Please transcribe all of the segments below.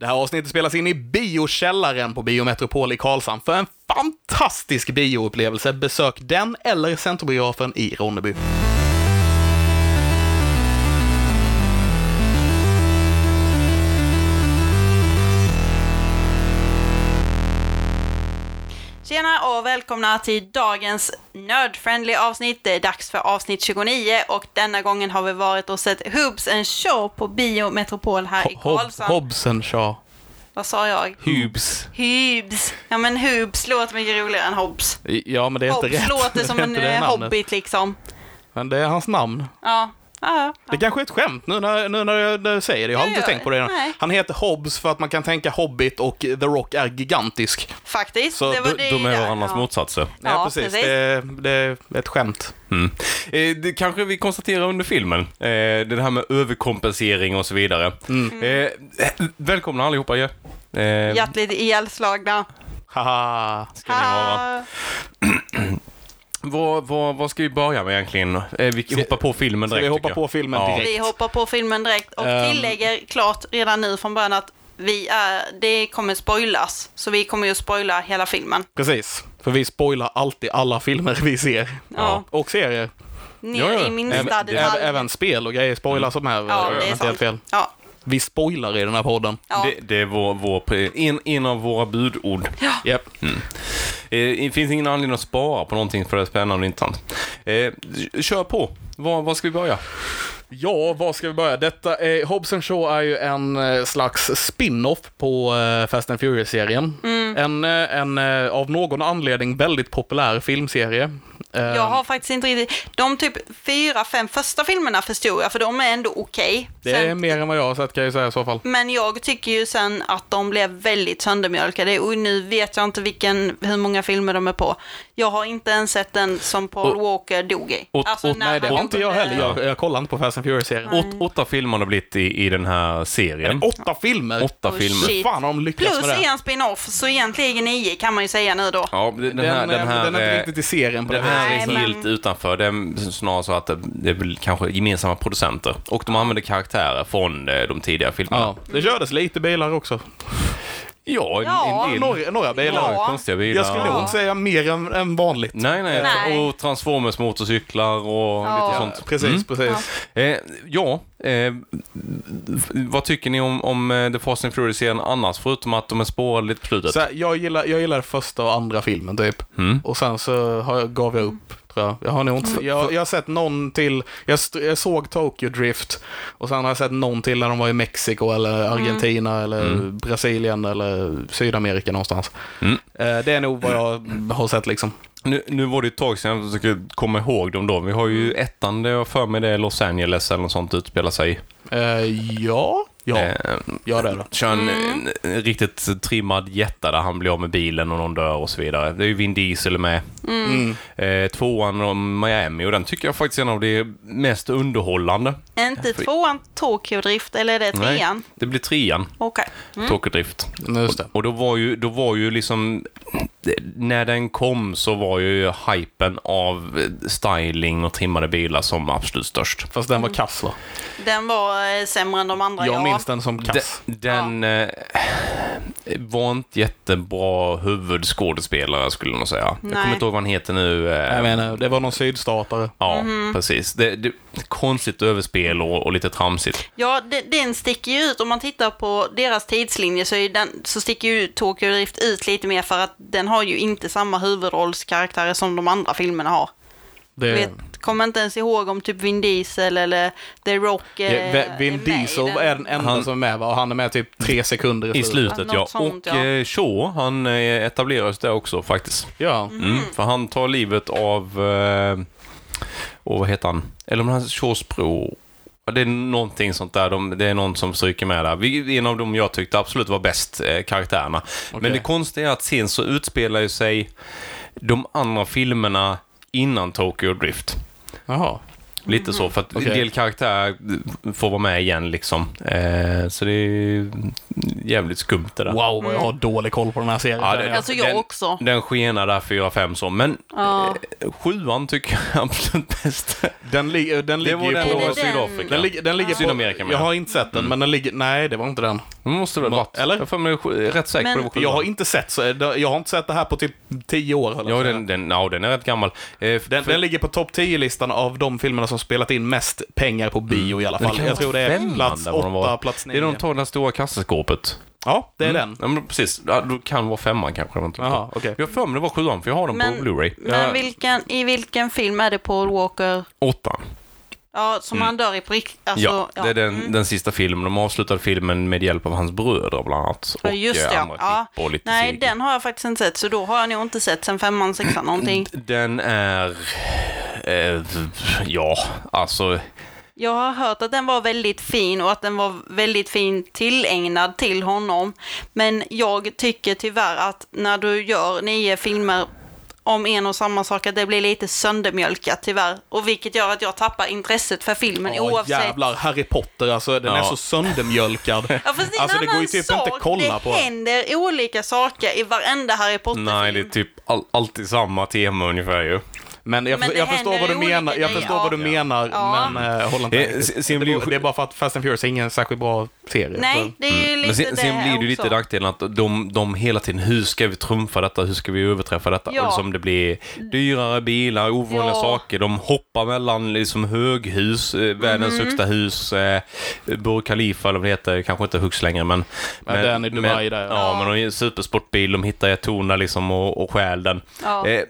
Det här avsnittet spelas in i biokällaren på Biometropol i Karlshamn. För en fantastisk bioupplevelse, besök den eller Centerbiografen i Ronneby. Tjena och välkomna till dagens nördfriendly avsnitt. Det är dags för avsnitt 29 och denna gången har vi varit och sett Hubs and Show på Bio Metropol här i Hob- Karlshamn. Hobson Shaw. Vad sa jag? Hubs. Hubs. Ja men Hubs låter mycket roligare än Hobbs. Ja, men det är inte Hobbs rätt. låter som Det är en inte det eh, namnet. hobbit liksom. Men det är hans namn. Ja. ja. ja. Det kanske är ett skämt nu när, nu när jag när jag säger det. Jag har Ja, inte ja. tänkt på det. Nej. Han heter Hobbs för att man kan tänka Hobbit och The Rock är gigantisk. Faktiskt. Så det var de- det De är där. varandras motsatser. Ja, Ja, precis. precis. Det, är, det är ett skämt. Mm. Eh, det kanske vi konstaterar under filmen, eh, det här med överkompensering och så vidare. Mm. Eh, välkomna allihopa ju. Eh, Hjärtligt ihjälslagna. Haha. ska ni vara. Ah. Vad, vad, vad ska vi börja med egentligen? Eh, vi hoppar på filmen ska direkt. vi hoppa tycker jag. på filmen direkt? Vi hoppar på filmen direkt och Ehm. tillägger klart redan nu från början att vi är, det kommer spoilas. Så vi kommer ju spoila hela filmen. Precis. För vi spoilar alltid alla filmer vi ser. Ja. Och serier. Ner Ja, ja. i Även, minsta även, detalj. även spel och grejer spoilas de här. Mm. Ja, eh, det är inte helt sant. fel. Ja, Vi spoilar i den här podden. ja. Det, det är vår, vår, pre- en, en av våra budord. Japp. Eh, det finns ingen anledning att spara på någonting för det är spännande och intressant. Eh, kör på. Var, var ska vi börja? Ja, var ska vi börja? Detta är, Hobbs and Shaw är ju en eh, slags spin-off på eh, Fast and Furious-serien. Mm. En, eh, en eh, av någon anledning väldigt populär filmserie. Eh, Jag har faktiskt inte riktigt... De typ fyra, fem första filmerna förstod jag, för de är ändå okej. Det är Sen- mer än vad jag har sett kan jag ju säga i så fall. Men jag tycker ju sen att de blev väldigt söndermjölkade och nu vet jag inte vilken, hur många filmer de är på. Jag har inte ens sett den som Paul Och- Walker dog i. Alltså, och- och- Nej, han det har kom- inte jag heller. Ja. Jag, jag kollar inte på Fast and Furious-serien. Åt, åtta filmer har det blivit i, i den här serien. Åtta filmer! Åtta Oj, filmer. shit. Fan har de lyckats Plus med det? en spin-off, så egentligen nio kan man ju säga nu då. Ja, den, Den, här, den, eh, här, den är eh, inte riktigt i serien på det Den här Nej, är viset. men- helt utanför. Det är snarare så att det- det är väl kanske gemensamma producenter. Och de använder karaktärer från eh, de tidigare filmerna. Ja, det kördes lite bilar också. Ja, en, Ja, en del Några, några bilar. Ja. konstiga bilar. Jag skulle nog Ja. inte säga mer än, än vanligt. Nej, nej, Nej. Och Transformers motorcyklar och Ja. lite sånt. Precis, Mm. precis. Eh, ja, eh, vad tycker ni om, om eh, The Fast and Furious-serien annars? Förutom att de är spårade lite på slutet. Så här, jag, gillar, jag gillar första och andra filmen typ. Mm. Och sen så har jag, gav jag upp, tror jag. Jag har nog inte, jag, jag har sett någon till, jag, st- jag såg Tokyo Drift och sen har jag sett någon till när de var i Mexiko Mm. eller Argentina eller Brasilien eller Sydamerika någonstans. Mm. Eh, det är nog vad jag har sett liksom. Nu, nu var det ju ett tag sedan jag försöker komma ihåg dem då. Vi har ju ettan, det jag har för mig det är Los Angeles eller något sånt utspelar sig. Eh, ja, ja, Mm. Eh, ja det är det. Kör en, en, en riktigt trimmad jätta där han blir av med bilen och någon dör och så vidare. Det är ju Vin Diesel med. Mm. Eh, tvåan om Miami och den tycker jag faktiskt är en av de mest underhållande. Inte tvåan Tokyo Drift, eller är det trean? det blir trean, Okej. Mm. Tokyo Drift. Men Just det. Och då var ju, då var ju liksom, när den kom så var ju hypen av styling och trimmade bilar som absolut störst. Fast den var kass va? Den var eh, sämre än de andra Jag minns den som kass. De- Den eh, var inte jättebra huvudskådespelare skulle jag nog säga. Jag Nej. kommer inte ihåg vad han heter nu. eh, Jag menar, det var någon sydstatare. Ja, Mhm. precis. Det, det, konstigt överspel och, och lite tramsigt. Ja, de- den sticker ju ut. Om man tittar på deras tidslinje så, är ju den, så sticker ju Tokyo Drift ut lite mer för att den har ju inte samma huvudrollskaraktärer som de andra filmerna har. Det, Vet, kommer inte ens ihåg om typ Vin Diesel eller The Rock eh, Ja, Vin- är Vin med i Diesel den. är den enda Han- som är med va? Och han är med typ tre sekunder I slutet, något ja. sånt, och ja. eh, Shaw, han eh, etableras där också faktiskt. Ja. Mm. För han tar livet av... Eh, och vad heter han? Eller om han är Shaws bror. Ja, Det är någonting sånt där. De, det är någon som stryker med där. Vi- En av dem jag tyckte absolut var bäst, eh, karaktärerna. Men det konstiga är att sen så utspelar ju sig de andra filmerna innan Tokyo Drift. Jaha. Lite så, för att Okej. en del karaktärer får vara med igen liksom. Eh, så det är jävligt skumt det där. Wow, vad jag har dålig koll på den här serien. Ja, det- Alltså Mm. jag den, också. Den skenar där 4-5 så, men Ja. eh, sjuan tycker jag är absolut bäst. Den, li- eh, den Det ligger var ju den på... Är det på den? Sydafrika. Den ligger, den ligger på... Sydamerika menar Jag jag. har inte sett den, men den ligger... Nej, det var inte den. Det måste det väl varit? Eller? Jag är för mig sj- rätt säker Men- på det var sjuan. Jag har inte sett, så, jag har inte sett det här på typ 10 år. höll jag Ja, på att den, den, ja, den är rätt gammal. Eh, för- Den, för- den ligger på topp 10-listan av de filmerna som spelat in mest pengar på bio i alla Men Mm. det fall. kan Jag vara tror det är femman plats där var de 8, var. plats 9. Det är de tar det här stora kassaskåpet. Mm. Ja, det är den. Ja, men precis. Ja, då kan det vara femman kanske. Jag Jaha, Jaha, okej. Jag har för mig det var sjuan, för jag har den Men- på Blu-ray. Men Ja, vilken, i vilken film är det Paul Walker Åttan. ja, Mm. som han dör i på riktigt? Alltså, ja, det är den, Mm. den sista filmen. De avslutade filmen med hjälp av hans bröder bland annat. Ja, Och just eh, det, ja. andra Ja. klipp och lite Nej, seg. den har jag faktiskt inte sett, så då har jag nog inte sett sen femman, sexan någonting. Den är... Eh, ja, alltså... Jag har hört att den var väldigt fin och att den var väldigt fin tillägnad till honom. Men jag tycker tyvärr att när du gör nio filmer om en och samma sak, att det blir lite söndermjölkat tyvärr. Och vilket gör att jag tappar intresset för filmen Ja, oavsett. jävlar. Harry Potter, alltså den Ja. är så söndermjölkad. Ja, fast det är en Alltså, det går annan ju typ sak. inte att kolla det på. händer olika saker i varenda Harry Nej, det är Potter-film. typ all, alltid samma tema ungefär ju. Men jag, Men det jag förstår händer vad du olika menar, jag grejer. förstår vad du Ja. menar, Ja. men eh, håller inte Eh, med. sen- det, sen blir ju- beror- det är bara för att Fast and Furious är ingen särskilt bra serie. Nej, det är ju lite Alltså, mm. Men det sen, sen blir det ju också. lite nackdelen att de, de hela tiden, hur ska vi trumfa detta, hur ska vi överträffa detta? Ja. Och som det blir dyrare bilar, ovanliga Ja. saker, de hoppar mellan liksom höghus, eh, världens Mm. högsta hus, eh, Burj Khalifa eller vad det heter, kanske inte högst längre men... Ja, den i Dubai där, ja. ja. men de är en supersportbil, de hittar ett torn där liksom och, och stjäl den. Ja. Eh,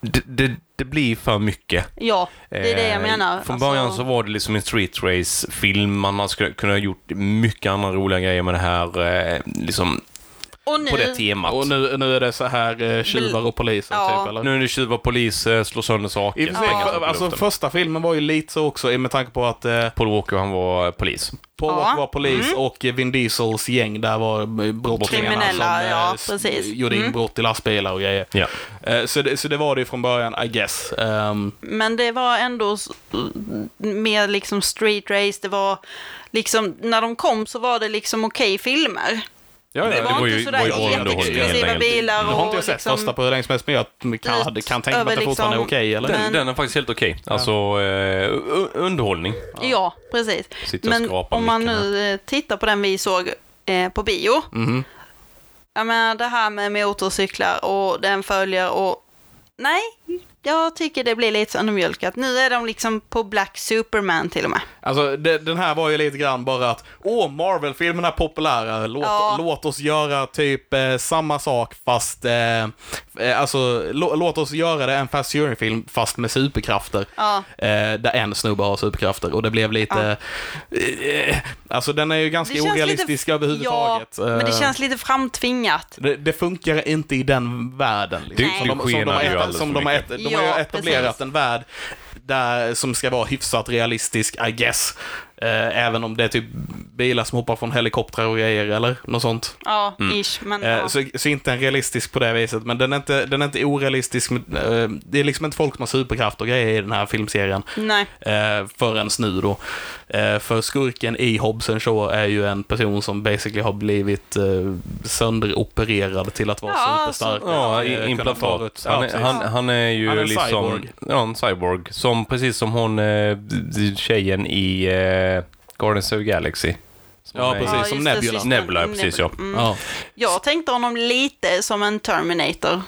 det, det, det blir för mycket. Ja, det är det jag Eh, menar. Från Alltså- början så var det liksom en street race-film. Man hade skulle kunnat ha gjort mycket andra roliga grejer med det här, eh, liksom och nu, på det temat. Och nu, nu, nu är det så här eh, tjuvar och poliser, Ja. typ, eller? är det tjuvar, poliser, slår sönder saker, I och för sig, spränga saker för, i alltså, luften. första filmen var ju lite så också, i- med tanke på att eh, Paul Walker, han var eh, polis. Paul Ja. Mm. Walker var polis och Vin Diesels gäng där var eh, brottslingarna Kriminella, som eh, ja, s- precis. Mm. gjorde in brott i lastbilar och grejer. Ja. Eh, Så det, så det var det ju från början, I guess. Ehm, Men det var ändå s- mer liksom street race, det var liksom, när de kom så var det liksom okej filmer. Ja, Det var, inte ju- sådär var ju bra underhållning, helt jätteexklusiva enkelt. bilar och nu har inte jag sett liksom, första på hur länge som helst, men jag kan, hade- kan tänka mig att det över fortfarande är liksom- okej, eller? Men- Den, den är faktiskt helt okej. Alltså, eh, u- underhållning. Ja, precis. Sitter och Men skrapar om man mycket nu eh, tittar på den vi såg eh, på bio, Mhm. jag menar det här med motorcyklar och den följer och nej, jag tycker det blir lite söndermjölkat. Nu är de liksom på Black Superman till och med. Alltså, det, den här var ju lite grann bara att åh, Marvel-filmerna är populära, låt, Ja. låt oss göra typ eh, samma sak fast, eh, eh, alltså lå- låt oss göra det en Fast Fury-film fast med superkrafter. Ja. Eh, där en snubbe har superkrafter och det blev lite, eh, eh, alltså den är ju ganska känns orealistisk överhuvudtaget. Ja, men det Eh, känns lite framtvingat. Det, det funkar inte i den världen. Liksom. som de, Du- du som de, skenar har, ju ett, alldeles som för de, har, ett, mycket. de Ja, har ju etablerat precis. en värld där, som ska vara hyfsat realistisk, I guess. Eh, även om det är typ bilar som hoppar från helikoptrar och grejer eller något sånt. Ja, ish. Men, Eh, ja. så, så inte en realistisk på det viset, men den är inte, den är inte orealistisk. men, Eh, det är liksom inte folk som har superkraft och grejer i den här filmserien. Nej. Eh, förrän nu då. Eh, för skurken i Hobbs Shaw är ju en person som basically har blivit eh, sönderopererad till att vara Ja, superstark. alltså- Ja, Eh, i- kunna ta implantat. ut- Han, ja, är- precis. han, han är ju Han är en liksom... cyborg. Ja, en cyborg. Som, precis som hon, eh, tjejen i eh, Guardians of the Galaxy. Som Ja, är- precis, Ja, som just det, Nebula. sista- Nebula, precis, ja. Mm. Ja. Jag tänkte honom lite som en Terminator.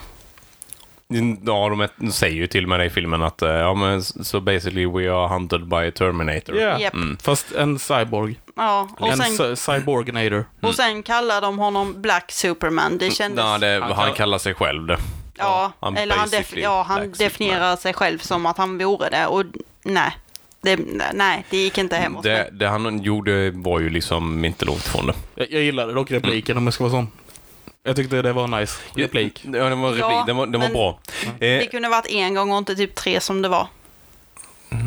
Mm. Ja, de är- säger ju till och med det i filmen att eh, ja, men so basically we are hunted by a Terminator. Yeah. Japp. Mm. Fast en cyborg. Ja, och Mm. en sen, cy- cyborgnator. och sen kallar de honom Black Superman. Det kändes... Nej, det, Han han, kall- kallar sig själv det. ja, han eller han, def, basically ja, han Black Superman. definierar sig själv som att han vore det och nej. Det, nej, det gick inte hem hos det. mig. Det han gjorde var ju liksom inte långt från det. Jag, jag gillade dock repliken om jag ska vara sån. Jag tyckte det var nice. Replik. Ja, den var, replik. Ja, den var, den var men- Mm. bra. Eh, Det kunde varit en gång och inte typ tre som det var.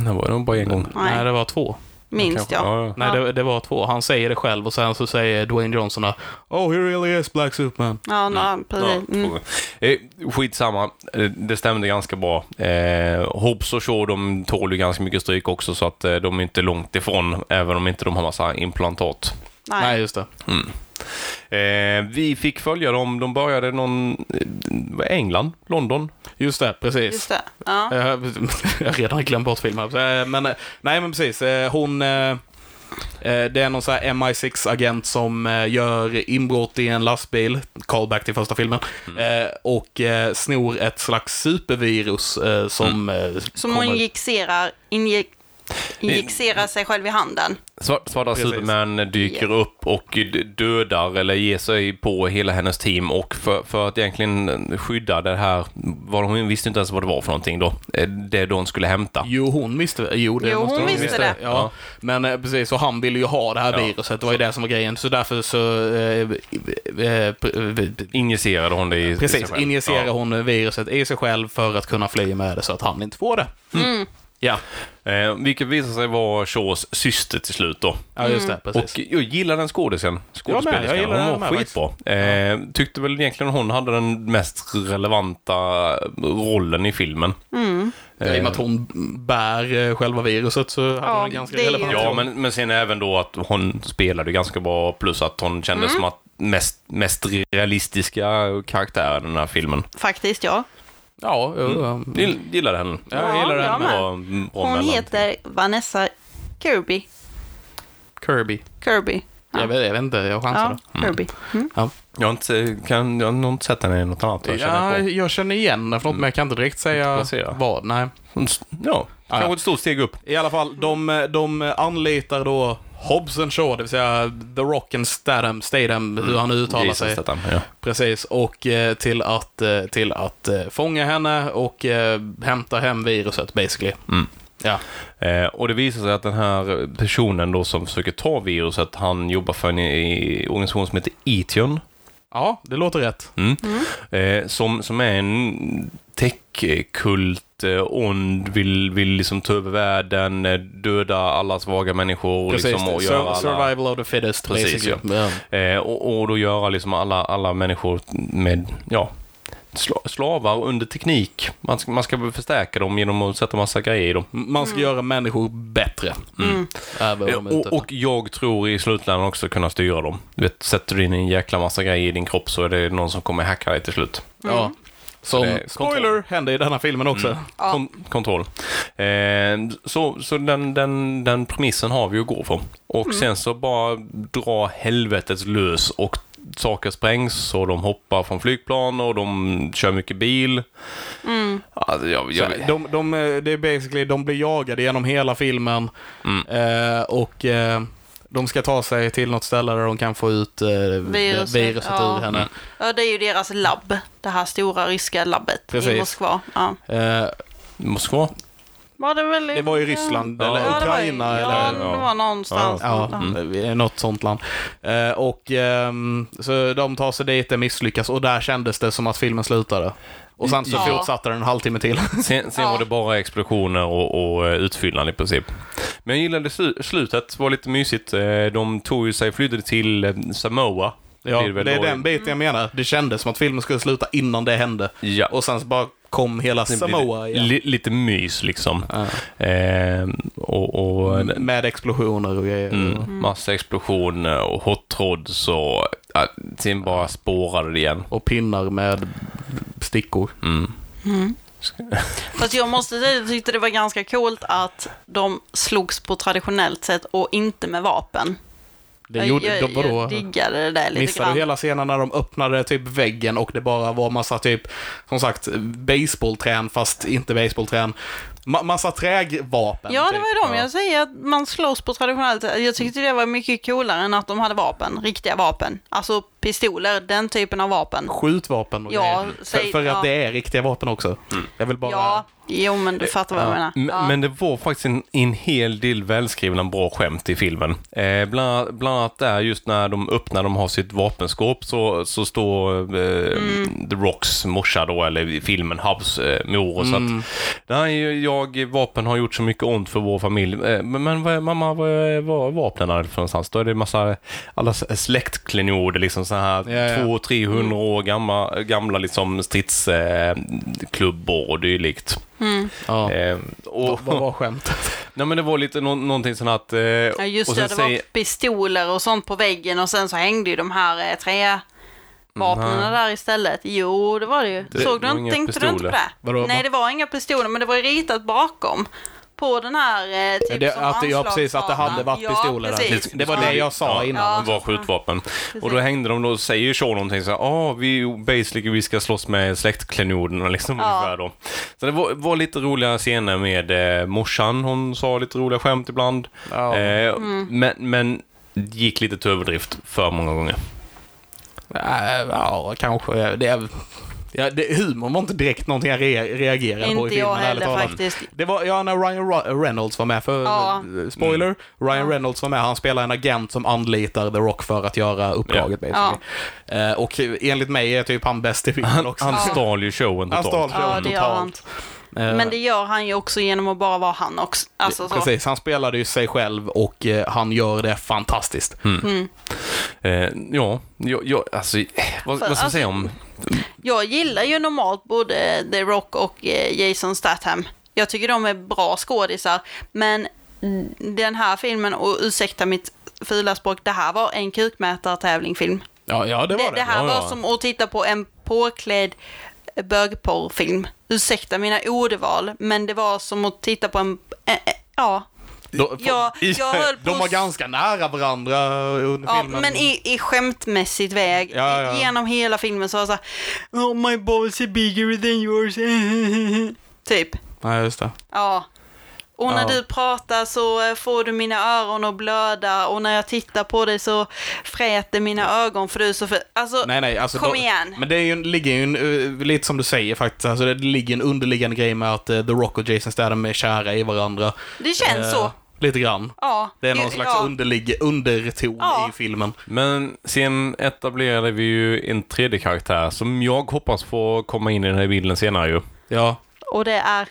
det var den bara en gång. Nej. Nej, det var två. Minst Kanske. jag. Ja, ja. Nej, det, det var två. Han säger det själv och sen så säger Dwayne Johnson där, Oh, he really is Black Superman. Ja, nej, precis. Mm. frågan. Eh, skitsamma, Eh, det stämde ganska bra. Eh, Hobbs och Shaw, de tål ju ganska mycket stryk också, så att eh, de är inte långt ifrån, även om inte de har massa implantat. Nej, Nej. just det. Eh, vi fick följa dem, de började någon... Eh, England? London? Just det, precis. Just det. Ja. Eh, Jag har redan glömt bort filmen. Eh, Men, eh, nej, men precis. Eh, Hon... eh, Eh, Det är någon så här MI6-agent som eh, gör inbrott i en lastbil, callback till första filmen, eh, och eh, snor ett slags supervirus eh, som... eh, Som kommer- hon injicerar, injek, injicerar sig själv i handen. Svart, svarta Precis. Superman dyker upp och d- dödar eller ger sig på hela hennes team och för, för att egentligen skydda det här, vad hon visste inte ens vad det var för någonting då, Eh, det då hon skulle hämta. Jo, hon visste det. Jo, det Jo, måste hon visste det. Ja. Men eh, precis, och han ville ju ha det här Ja. viruset. Det var ju det som var grejen. Så därför så... Eh, eh, eh, Injicerade hon det i i sig Precis, själv. injicerar hon viruset i sig själv för att kunna fly med det så att han inte får det. Mm. Ja. ja. eh, Vilket visar sig vara Shaws syster till slut då. ja, just Mm. det. Precis. Och jag gillar den skådisen. Jag med, jag Skådespelerskan. gillar Hon henne var med skitbra. Eh, tyckte väl egentligen hon hade den mest relevanta rollen i filmen. Mm. Eh, Ja, I och eh, med att hon bär eh, själva viruset så hade Ja, hon en ganska det är ju- relevant Ja, roll. men, men sen även då att hon spelade ganska bra plus att hon Mm. kändes som att mest, mest realistiska karaktären i den här filmen. Mm. Faktiskt ja. Ja, eh, um, jo, ja. Gill- Gillade henne. Ja, jag gillar jag henne. med. Bra- bra Hon mellan- heter Vanessa Kirby. Kirby. Kirby. Ja. Jag, vet, jag vet inte, jag chansar. Ja, Kirby. Mm. Ja. Jag har inte, kan, jag har nog inte sett henne i något annat. Jag, Jag känner ja, på. jag känner igen henne för något, men jag kan inte direkt säga Placera. vad. Nej. Hon s- Ah, Ja, kanske ett stort steg upp. I alla fall, de, eh, de anlitar då Hobbs and Shaw, det vill säga The Rock and Statham, Statham hur han nu uttalar Jesus, sig. detta, ja. Precis, och eh, till att, eh, till att eh, fånga henne och eh, hämta hem viruset basically. Mm. Ja, Eh, och det visar sig att den här personen då som försöker ta viruset, han jobbar för en i- i organisation som heter Etion. ja det låter rätt. Mm. Eh, som, som är en techkult, eh, ond, vill, vill liksom ta över världen, eh, döda alla svaga människor och Precis, liksom, och sur- göra alla... survival of the fittest Precis, basically. Ja. Eh, och, och då göra liksom alla, alla människor med, ja, sla, slavar under teknik. Man ska, man ska förstärka dem genom att sätta massa grejer i dem. Man Mm. ska göra människor bättre. Även Eh, om inte... Och, och jag tror i slutändan också kunna styra dem. Du vet, sätter du in en jäkla massa grejer i din kropp så är det någon som kommer hacka dig till slut. ja. Mm. Som, Eh, kontroll. spoiler, hände i denna filmen också. Mm. Ja. Kon kontroll. Eh, så så den, den, den premissen har vi att gå för. Och sen så bara dra helvetet lös och saker sprängs och de hoppar från flygplan och de kör mycket bil. Alltså, jag, jag, Så de, de, eh, det är basically, de blir jagade genom hela filmen Mm. eh, och eh, de ska ta sig till något ställe där de kan få ut eh, viruset, Viruset, viruset ja. ur henne. ja, det är ju deras labb. Det här stora ryska labbet Precis. i Moskva. Ja. Mm. Eh, Moskva? Var det, väl i- det var ju Ryssland, Ja. eller Ja, det var i- Ukraina, ja, eller... det var någonstans. Ja, där. eh, något sånt land. Eh, och ehm, så de tar sig dit, det misslyckas och där kändes det som att filmen slutade. Och sen så Ja. fortsatte den en halvtimme till. Sen, sen Ja. var det bara explosioner och, och eh, utfyllnad i princip. Men jag gillade slu- slutet, det var lite mysigt. Eh, De tog ju sig, flydde till eh, Samoa. ja, blir väl det är då. den biten jag menar. Det kändes som att filmen skulle sluta innan det hände. Ja. Och sen så bara kom hela Sen blir det Samoa igen. li, Lite mys liksom. Eh, och och Mm, Med explosioner och grejer. mm, massa explosioner och hot rods och äh, sen bara spårade det igen. Och pinnar med stickor. Mm. Fast jag måste säga, jag tyckte det var ganska coolt att de slogs på traditionellt sätt och inte med vapen. Det gjorde, jag, de, vadå? jag diggade det där lite Missade grann. du hela scenen när de öppnade typ väggen och det bara var massa typ, som sagt, baseballträn fast inte baseballträn. Ma- massa trävapen. Ja, det typ. var ju de. Jag säger att man slåss på traditionellt sätt. Jag tyckte det var mycket coolare än att de hade vapen, riktiga vapen. Alltså pistoler, den typen av vapen. Skjutvapen och Ja, grejer. För, säg- för att ja. det är riktiga vapen också. Jag vill bara... Ja, jo men Eh, du fattar vad jag menar. Mm. Men, men det var faktiskt en, en hel del välskrivna bra skämt i filmen. Eh, bland, bland annat där just när de öppnar, de har sitt vapenskåp så, så står eh, Mm. The Rocks morsa då, eller i filmen Hubs eh, mor och så Mm. att nej, jag, vapen har gjort så mycket ont för vår familj. Eh, men, men vad är, mamma, vad är, vad är vapnen här för någonstans? Då är det massa, alla s- släktklenoder liksom så här Ja, ja. Mm. 200-300 år gamla, gamla liksom stridsklubbor eh, och dylikt. Ja. Eh, och, Vad var skämtet? Nej men det var lite nå- någonting sånt att... Eh, Ja, just och det, sen det säger- var pistoler och sånt på väggen och sen så hängde ju de här eh, trävapnen Nej. där istället. Jo, det var det ju. Det Såg du var inte, inga tänkte du inte på pistoler. det? Vadå? Nej, det var inga pistoler, men det var ju ritat bakom. på den här eh, typ det- som att- ja, precis, att det hade varit ja, pistoler där. precis. Det var det jag sa ja, innan Det var skjutvapen. Och då hängde de då, säger Shaw någonting så här, ah, vi basically vi ska slåss med släktklenoderna liksom Ja. ungefär då. Så det var, var lite roliga scener med eh, morsan, hon sa lite roliga skämt ibland. Ja. Eh, Mm. Men, men det gick lite till överdrift för många gånger. Nej, ja, kanske. Det är... Ja, det, humorn var inte direkt någonting jag re, reagerade på i Inte filmen. jag ärligt heller talat. faktiskt. Det var, ja, när Ryan Ra- Reynolds var med, för Ja. Mm. eh, spoiler, Ryan Ja. Reynolds var med, han spelar en agent som anlitar The Rock för att göra uppdraget basically. Eh, och enligt mig är typ han bäst i filmen Han, också. han Ja. stal ju showen Han totalt. stal Ja, showen det gör han. totalt. Eh, Men det gör han ju också genom att bara vara han också. Alltså så. Precis, han spelade ju sig själv och eh, han gör det fantastiskt. Mm. Eh, ja, jag, jag, alltså, eh, vad, vad ska alltså- jag säga om... Jag gillar ju normalt både The Rock och eh, Jason Statham. Jag tycker de är bra skådisar. Men den här filmen, och ursäkta mitt fula språk, det här var en kukmätartävlingfilm. Ja, ja det var Det, det. det här Ja, ja. var som att titta på en påklädd bögporrfilm. Ursäkta mina ordval, men det var som att titta på en... eh, eh, ja, Då- jag, jag höll på De var att- ganska nära varandra under Ja, filmen. men i, i skämtmässigt väg. Ja, ja. Genom hela filmen så var det såhär Oh my balls are bigger than yours. typ. Nej, just det. Ja. Och när Ja. du pratar så eh, får du mina öron att blöda och när jag tittar på dig så fräter mina ögon för du är så för... Alltså, Nej, nej, alltså, kom då- igen. Men det är ju, en- ligger ju en, eh, lite som du säger faktiskt, alltså, det ligger en underliggande grej med att eh, The Rock och Jason Statham är kära i varandra. Det känns Eh, så. Lite grann. Ja. Det är någon ju- slags ja. underlig, underton Ja. i filmen. Men sen etablerade vi ju en tredje karaktär som jag hoppas får komma in i den här bilden senare ju. Ja, Och det är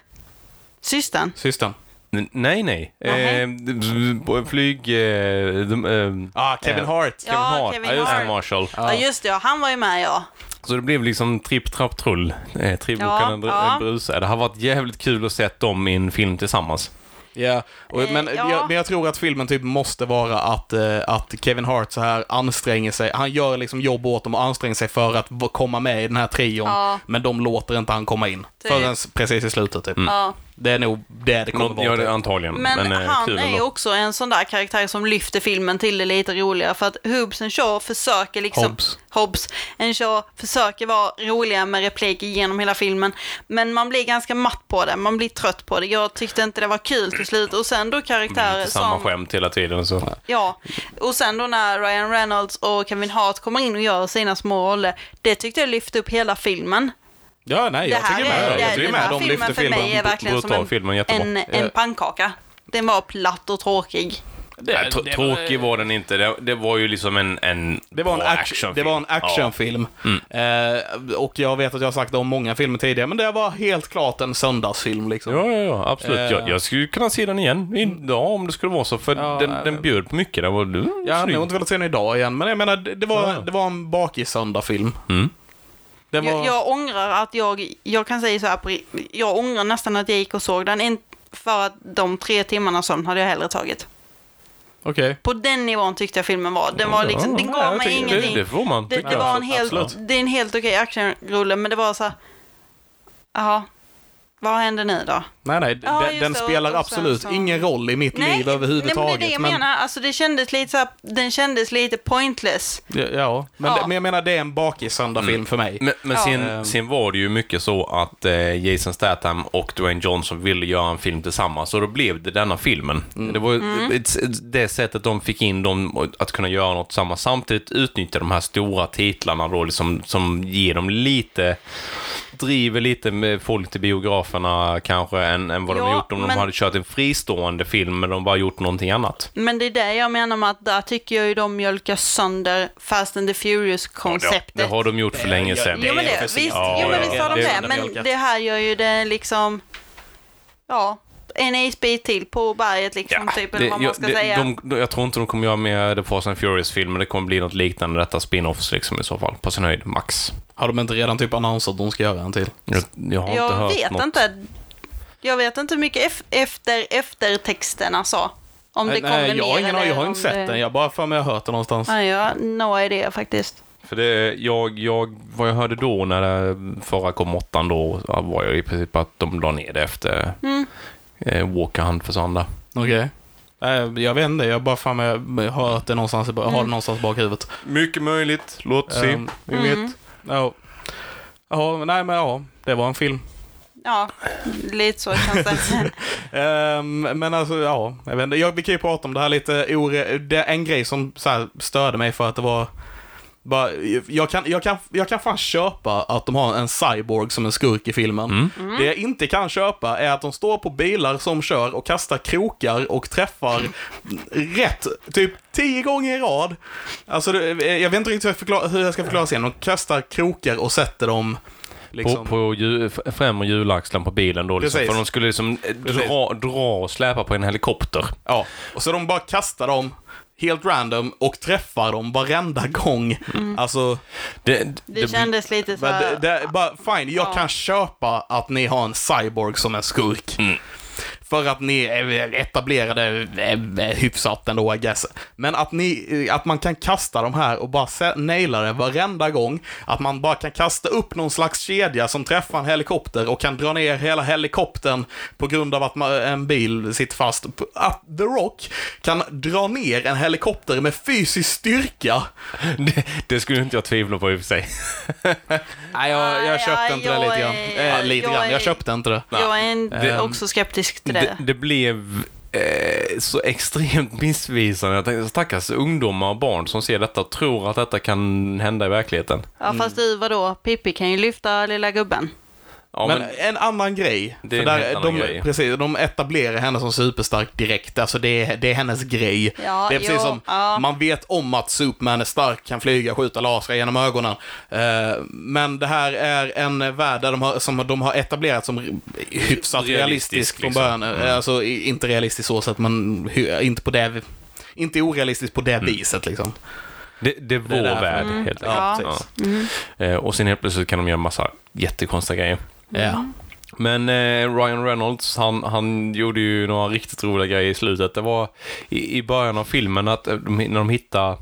systern. systern. N- Nej, nej. Nej. Eh, d- d- flyg... Eh, de, eh, Ah, Kevin Eh, Hart. Ja, Kevin Ja, just det, Hart. Marshall. Ja. just det, ja. Han var ju med ja. Så det blev liksom tripp, trapp, trull. Eh, Trivokaren Ja, ja. ja, Brusa. Det har varit jävligt kul att se dem i en film tillsammans. Ja, och, Eh, men, ja. Jag, men jag tror att filmen typ måste vara att, eh, att Kevin Hart så här anstränger sig. Han gör liksom jobb åt dem och anstränger sig för att v- komma med i den här trion. Ja. Men de låter inte han komma in. Typ. Förrän precis i slutet typ. ja. Det är nog det det kommer Nå- ja, vara. det, typ. antagligen. Men, Men eh, han kul är ju ändå. också en sån där karaktär som lyfter filmen till det lite roligare för att Hobbs and Shaw försöker liksom... Hobbs. Hobbs and Shaw försöker vara roliga med repliker genom hela filmen. Men man blir ganska matt på det, man blir trött på det. Jag tyckte inte det var kul till slut. Och sen då karaktärer Inte som... samma skämt hela tiden. Så. Ja, och sen då när Ryan Reynolds och Kevin Hart kommer in och gör sina små roller, det tyckte jag lyfte upp hela filmen. Ja, nej, jag det här tycker med. är- jag det- tycker den med. här De filmen lyfter för mig är filmen. verkligen som Brutal en, filmen, jättebra. en, Eh. en pannkaka. Den var platt och tråkig. Nej, tr- tråkig var den inte. Det, det var ju liksom en, en Det var en, bra action, det var en actionfilm. Eh, och jag vet att jag har sagt det om många filmer tidigare, men det var helt klart en söndagsfilm liksom. Ja, ja, ja absolut. Eh. Jag, jag skulle kunna se den igen Mm. idag om det skulle vara så. För Ja, nej, den, den bjöd på mycket. Den var du, Jag hade snygg. nog inte velat se den idag igen, men jag menar, det, det var, Ja. det var en bakis-söndagsfilm. Det var... Jag, jag ångrar att jag, jag kan säga så här, på, ri- jag ångrar nästan att jag gick och såg den, in- för att de tre timmarna sömn hade jag hellre tagit. Okej. På den nivån tyckte jag filmen var. Den var liksom, den Ja, gav jag mig tycker- ingenting. Det, det får man Det, tycka. det var en helt, absolut. det är en helt okej actionrulle, men det var så här, jaha, vad händer nu då? Nej, nej. Ja, den just den det, och- spelar och sen absolut så- ingen roll i mitt liv överhuvudtaget. nej, men det är det jag menar. Alltså, det kändes lite så här, den kändes lite pointless. Ja, ja. Men, Ja. Det, men jag menar, det är en bakis-söndagsfilm för mig. Men, men Ja. Ehm. sen, sen var det ju mycket så att eh, Jason Statham och Dwayne Johnson ville göra en film tillsammans och då blev det denna filmen. Det var ju- Mm. ett- ett- det sättet de fick in dem att kunna göra något tillsammans samtidigt utnyttja de här stora titlarna då liksom, som ger dem lite driver lite med folk till biograferna kanske än, än vad de Ja, har gjort om men- de hade kört en fristående film men de bara gjort någonting annat. Men det är det jag menar med att där tycker jag ju de mjölkar sönder Fast and the Furious-konceptet. Det har de gjort för länge sedan. det Jo men är det, för visst, sent. Ja, jo, men ja. visst har de Det- det. det- Men det här gör ju det liksom, ja, en isbit till på berget liksom, typ, eller vad man ska det, säga. De, de, jag tror inte de kommer göra mer The Fast and Furious-filmer. Det kommer bli något liknande detta, spin-offs liksom i så fall. På sin höjd, max. Har de inte redan typ annonserat att de ska göra en till? Jag, jag har inte jag hört vet något. inte. Jag vet inte hur mycket ef- efter eftertexterna sa. Om det Nej, kommer jag har mer ingen eller aning, jag har om inte sett det- den. Jag har bara för mig jag har hört den någonstans. Nej, jag har no idea faktiskt. För det, jag, jag, vad jag hörde då eh, Mm. när det förra kom åttan då, var jag i princip att de la ner det efter eh, Walker han försvann där. Okej. Nej, Jag vet inte, jag bara fan jag har hört det någonstans, i- jag Mm. har det någonstans bak huvudet. Mycket möjligt. Låt Ehm, vi vet. Mm. Ja. Jaha, nej men ja, det var en film. Ja, lite så känns det. Ehm, men alltså, ja. Jag vet inte. Jag, vi kan ju prata om det här lite. Ore, det, en grej som så här, störde mig för att det var... Bara, jag, kan, jag, kan, jag kan fan köpa att de har en cyborg som en skurk i filmen. Mm. Det jag inte kan köpa är att de står på bilar som kör och kastar krokar och träffar rätt, typ tio gånger i rad. Alltså, det, jag vet inte riktigt hur jag, förklar, hur jag ska förklara sen. De kastar krokar och sätter dem... Liksom. På, på ju, f- främre hjulaxeln på bilen då. Liksom, Precis. för de skulle liksom eh, Precis. dra, dra och släpa på en helikopter. Ja, och så de bara kastar dem helt random och träffar dem varenda gång. Alltså, Det, Det, det- kändes lite så men här, det, det är bara, fine, jag Ja. kan köpa att ni har en cyborg som är skurk. För att ni är etablerade är hyfsat ändå, I guess. Men att, ni, eh, att man kan kasta de här och bara se- naila det varenda gång. Att man bara kan kasta upp någon slags kedja som träffar en helikopter och kan dra ner hela helikoptern på grund av att man, en bil sitter fast. Att The Rock kan dra ner en helikopter med fysisk styrka. det, det skulle inte jag tvivla på i och för sig. Nej, jag, jag Nej, köpte ja, inte jag det lite är- grann. ja, Eh, lite jag grann, är- jag köpte inte det. Jag är en, Ehm, också skeptisk till det. Det, det blev eh, så extremt missvisande. Jag tänkte, stackars ungdomar och barn som ser detta och tror att detta kan hända i verkligheten. ja, mm. fast du, vadå? Pippi kan ju lyfta lilla gubben. Ja, men, men, en annan grej. Det är För en helt annan de, grej. Precis, de etablerar henne som superstark direkt. Alltså det är, det är hennes grej. Ja, det är precis jo, som, ja. man vet om att Superman är stark, kan flyga, skjuta lasrar genom ögonen. Eh, men det här är en värld där de har, som de har etablerat som hyfsat Realistisk, realistisk, från liksom. början. Eh, Alltså i- inte realistisk så sätt, men hy- inte på det inte orealistiskt på det Mm. viset liksom. det, det är vår därför. värld helt enkelt. Mm. Ja, Ja. precis. Eh, Och sen helt plötsligt kan de göra massa jättekonstiga grejer. Mm. Ja. Men eh, Ryan Reynolds, han, han gjorde ju några riktigt roliga grejer i slutet. Det var i, i början av filmen att eh, de, när de hittade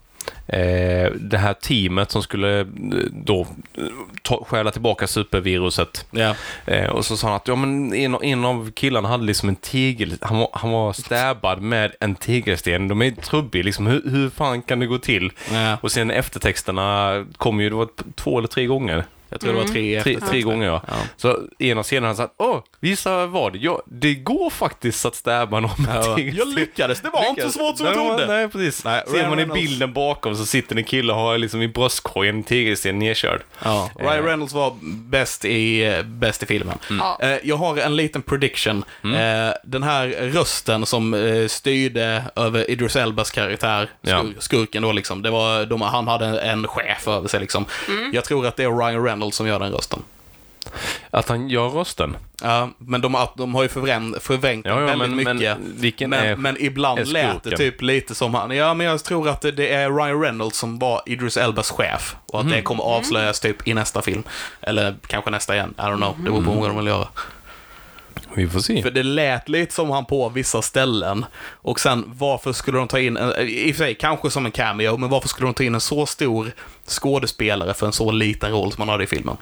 eh, det här teamet som skulle eh, då eh, ta, stjäla tillbaka superviruset. Ja. Eh, och så sa han att ja, men en, en av killarna hade liksom en tegel, han var, han var stäbbad med en tegelsten. De är trubbig liksom, hur, hur fan kan det gå till? Ja. Och sen eftertexterna kom ju, det var ett- två eller tre gånger. Mm. Jag tror det var tre Tre, efter- tre gånger ja. Ja. Så ena scenen han sa åh, gissa vad? Ja, det går faktiskt att stäbba någon med Ja. tegelsten." Jag lyckades, det var inte så svårt som jag Det var- trodde. Nej, precis. Nej, Ser Ryan man i Reynolds- bilden bakom så sitter en kille och har liksom i bröstkorgen en tegelsten nedkörd. Ja, Eh. Ryan Reynolds var bäst i, eh, bäst i filmen. Ja. Eh, Jag har en liten prediction. Eh, Den här rösten som eh, styrde över Idris Elbas karaktär, skur- Ja. skurken då liksom, det var, de, han hade en chef över sig liksom. Jag tror att det är Ryan Reynolds som gör den rösten. Att han gör rösten. Ja, men de, har- de har ju förvrän, förvrängt Ja, ja, väldigt men- men mycket. vilken men, är- men är ibland lät det skurken? typ lite som han. Ja, men jag tror att det- det är Ryan Reynolds som var Idris Elbas chef. Och att det Mhm. kommer avslöjas typ i nästa film. Eller kanske nästa igen. I don't know. Det beror på Mhm. vad de vill göra. Vi får se. För det lät lite som han på vissa ställen. Och sen varför skulle de ta in, en, i och för sig kanske som en cameo, men varför skulle de ta in en så stor skådespelare för en så liten roll som han hade i filmen?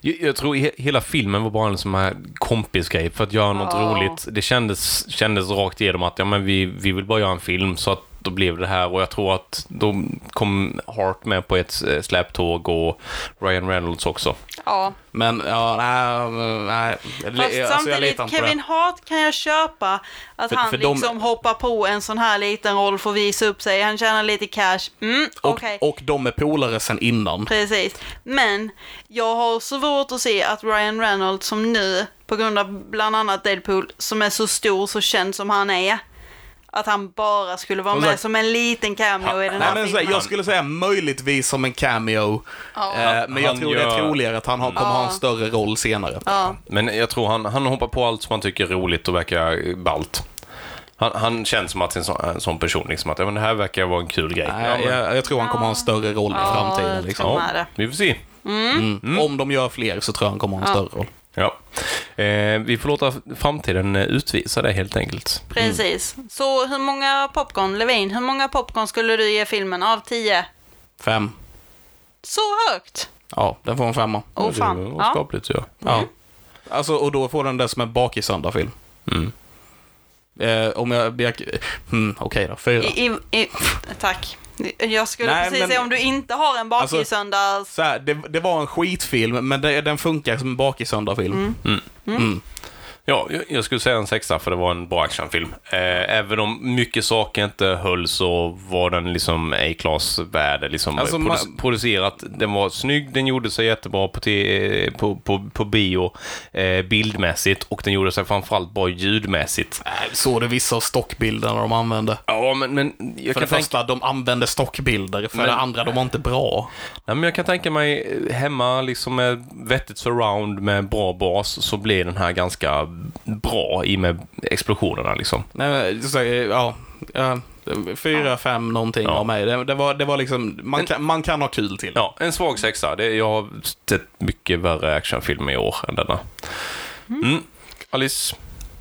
Jag, jag tror he, hela filmen var bara en sån här kompisgrej för att göra något Ja. roligt. Det kändes, kändes rakt igenom att ja, men vi, vi vill bara göra en film så att då blev det här och jag tror att då kom Hart med på ett eh, släptåg och Ryan Reynolds också. Ja, Men ja, nej, nej. Jag- fast alltså, jag samtidigt litar inte på det. Kevin Hart kan jag köpa att För- han för de- liksom hoppar på en sån här liten roll för att visa upp sig. Han tjänar lite cash. Mm, Och, okej. och de är polare sen innan. Precis. Men jag har svårt att se att Ryan Reynolds som nu, på grund av bland annat Deadpool, som är så stor, så känd som han är, att han bara skulle vara Som med sagt- som en liten cameo i den Nej, men här så, här, filmen. jag skulle säga möjligtvis som en cameo, Ja. eh, men jag Han tror det gör- är troligare att han har, kommer ha en större roll senare. Ja, Men jag tror han, han hoppar på allt som han tycker är roligt och verkar ballt. Han, han känns som att en sån, en sån person liksom att ja, men det här verkar vara en kul grej. Nej, ja, men, jag, jag tror han kommer ha en större roll Ja, i jag framtiden. Liksom. tror med det. ja, vi får se. Mm. Om de gör fler så tror jag han kommer ha en större roll. Ja. Eh, vi får låta framtiden eh, utvisa det helt enkelt. precis. Mm. Så hur många popcorn, Levin, hur många popcorn skulle du ge filmen av 10? Fem. Så högt! Ja, den får en femma. Åh Det fan. var Ja. skapligt, ja. Ja. Alltså, och då får den det som en bakisöndag-film. Mm. Eh, om jag... jag mm, Okej då, fyra. I, i, i, tack. Jag skulle Nej, precis men- Alltså- säga om du inte har en bakisöndag Så här, det, det var en skitfilm, men det, den funkar som en bakisöndagsfilm. Mm. Mm. Ja, jag- jag skulle säga en sexa för det var en bra actionfilm. Eh, även om mycket saker inte höll så var den liksom A-class värd. Liksom Alltså, produ- ma- producerat. Den var snygg, den gjorde sig jättebra på, te- på, på, på bio eh, bildmässigt och den gjorde sig framförallt bra ljudmässigt. Äh, Såg du vissa av stockbilderna de använde? Ja, men, men jag För kan det tänka första, de använde stockbilder. För Men- det andra, de var inte bra. Nej, men jag kan tänka mig eh, hemma liksom med vettigt surround med bra bas så blir den här ganska bra i och med explosionerna liksom. Nej, men, så, eh, ja. eh, Fyra, fem någonting Ja. av mig. Det, det, var, det var liksom, man kan, man kan ha kul till. Ja, en svag sexa. Det, jag har sett mycket värre actionfilmer i år än denna. Mm. Alice,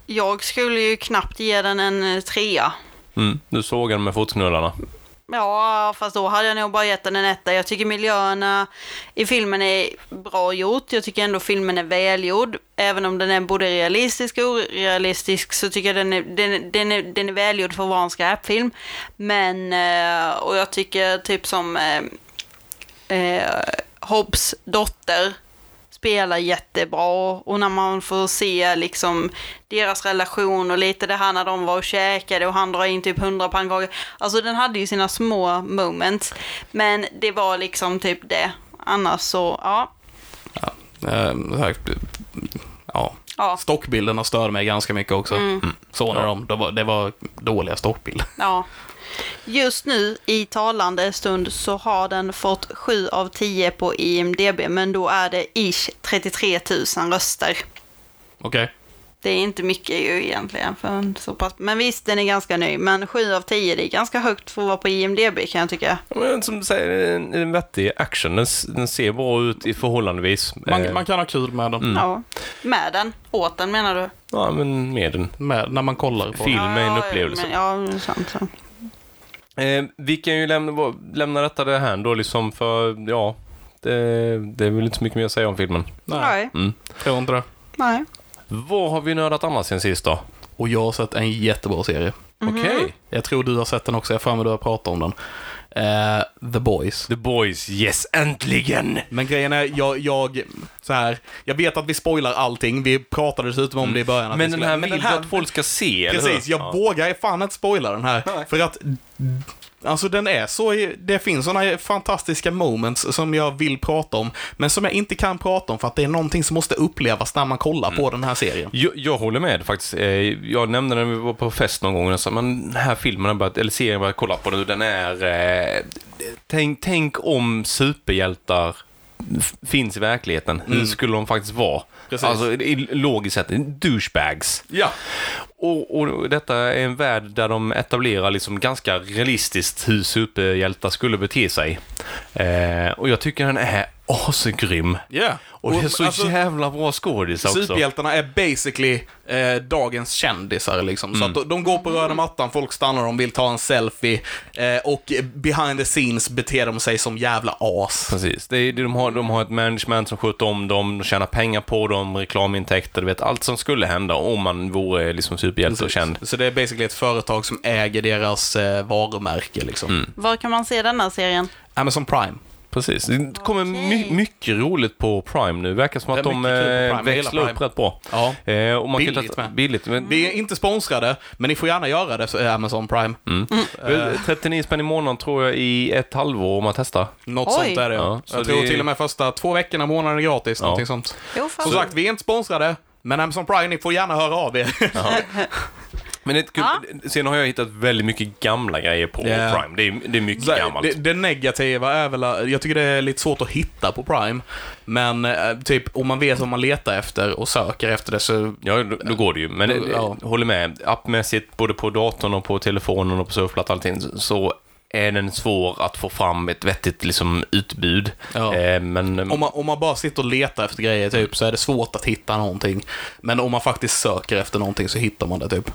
Jag skulle ju knappt ge den en eh, trea. mm. du såg den med fotknullarna. Ja, fast då hade jag nog bara gett den en etta. Jag tycker miljöerna i filmen är bra gjort. Jag tycker ändå filmen är välgjord. Även om den är både realistisk och orealistisk så tycker jag den är, den, den är, den är välgjord för att vara en skräpfilm. Men, eh, och jag tycker typ som eh, eh, Hobbs dotter spelar jättebra och när man får se liksom deras relation och lite det här när de var och käkade och han drar in typ 100 pannkakor. Alltså den hade ju sina små moments men det var liksom typ det. Annars så, ja. Eh, så här, ja. Ja, Stockbilderna störde mig ganska mycket också. Så när de, det var, det var dåliga stockbilder. ja. Just nu i talande stund så har den fått 7 av 10 på IMDB men då är det ish 33 000 röster. Okej. Det är inte mycket ju egentligen för en så pass. Men visst, den är ganska ny. Men 7 av 10, det är ganska högt för att vara på IMDB kan jag tycka. Ja, Men som du säger, det är en, en vettig action. Den, s- den ser bra ut i förhållandevis. Man, eh, man kan ha kul med dem. Ja. Med den. Åt den menar du? Ja, men med den. Med, när man kollar på Film är en Ja, upplevelse. men- Ja, det är sant. sant. Eh, vi kan ju lämna, va- lämna detta det här då liksom för, ja. Det, det är väl inte så mycket mer att säga om filmen. Nej, Nej. Mm. tror inte det. Nej. Vad har vi nördat annars sen sist då? Och jag har sett en jättebra serie. Okej. Jag tror du har sett den också, jag har för mig du har pratat om den. Eh, The Boys. The Boys, yes, äntligen! Men grejen är, jag, jag, så här, jag vet att vi spoilar allting, vi pratade dessutom om det i början. att vi Men den skulle- här vill du att folk ska se, eller Precis, hur? jag Ja. vågar fan inte spoila den här. För att, alltså den är så, i- det finns sådana fantastiska moments som jag vill prata om, men som jag inte kan prata om för att det är någonting som måste upplevas när man kollar på den här serien. Jag, jag håller med faktiskt. Eh, Jag nämnde när vi var på fest någon gång, och jag sa, men den här filmen, har börjat, eller serien, jag kolla på nu, den är... Eh, tänk, tänk om superhjältar f- finns i verkligheten. Hur skulle de faktiskt vara? Mm. Precis. Alltså, i- logiskt sett, douchebags. Ja. Och, och detta är en värld där de etablerar liksom ganska realistiskt hur superhjältar skulle bete sig. Eh, och jag tycker den är asgrym. Yeah. Och det är så alltså, jävla bra skådisar också. Superhjältarna är basically eh, dagens kändisar liksom. Mm. Så att de, de går på röda mattan, folk stannar, de vill ta en selfie eh, och behind the scenes beter de sig som jävla as. Precis. Det är, det de, har, de har ett management som sköter om dem, de tjänar pengar på dem, reklamintäkter, du vet allt som skulle hända om man vore liksom superhjälte och känd. Så det är basically ett företag som äger deras eh, varumärke liksom. Mm. Var kan man se den här serien? Amazon Prime. Precis. Det kommer my, Okej. mycket roligt på Prime nu. Verkar som att Det är de mycket kul på Prime. eh, Jag växlar gillar upp Prime. rätt bra. Ja. Eh, och man kan Billigt ta- med. Billigt. Men, Vi är inte sponsrade, men ni får gärna göra det, så är Amazon Prime. Eh, 39 spänn i månaden tror jag i ett halvår om man testar. Något Oj. sånt är det. Ja, Ja, så jag tror det- till och med första två veckorna, månaden är gratis, Ja. någonting sånt. Jo, Som fan. sagt, vi är inte sponsrade, men Amazon Prime, ni får gärna höra av er. Men det är kul. Sen har jag hittat väldigt mycket gamla grejer på Ja. Prime. Det är, det är mycket Så här, gammalt. det, det negativa är väl, eh, jag tycker det är lite svårt att hitta på Prime, men eh, typ om man vet vad man letar efter och söker efter det så Ja, då, då går det ju. Men Då- ja. jag håller med. Appmässigt, både på datorn och på telefonen och på surfplatta och allting, så- så är den svår att få fram ett vettigt liksom, utbud. Ja. Eh, men om man, om man bara sitter och letar efter grejer typ så är det svårt att hitta någonting. Men om man faktiskt söker efter någonting så hittar man det typ.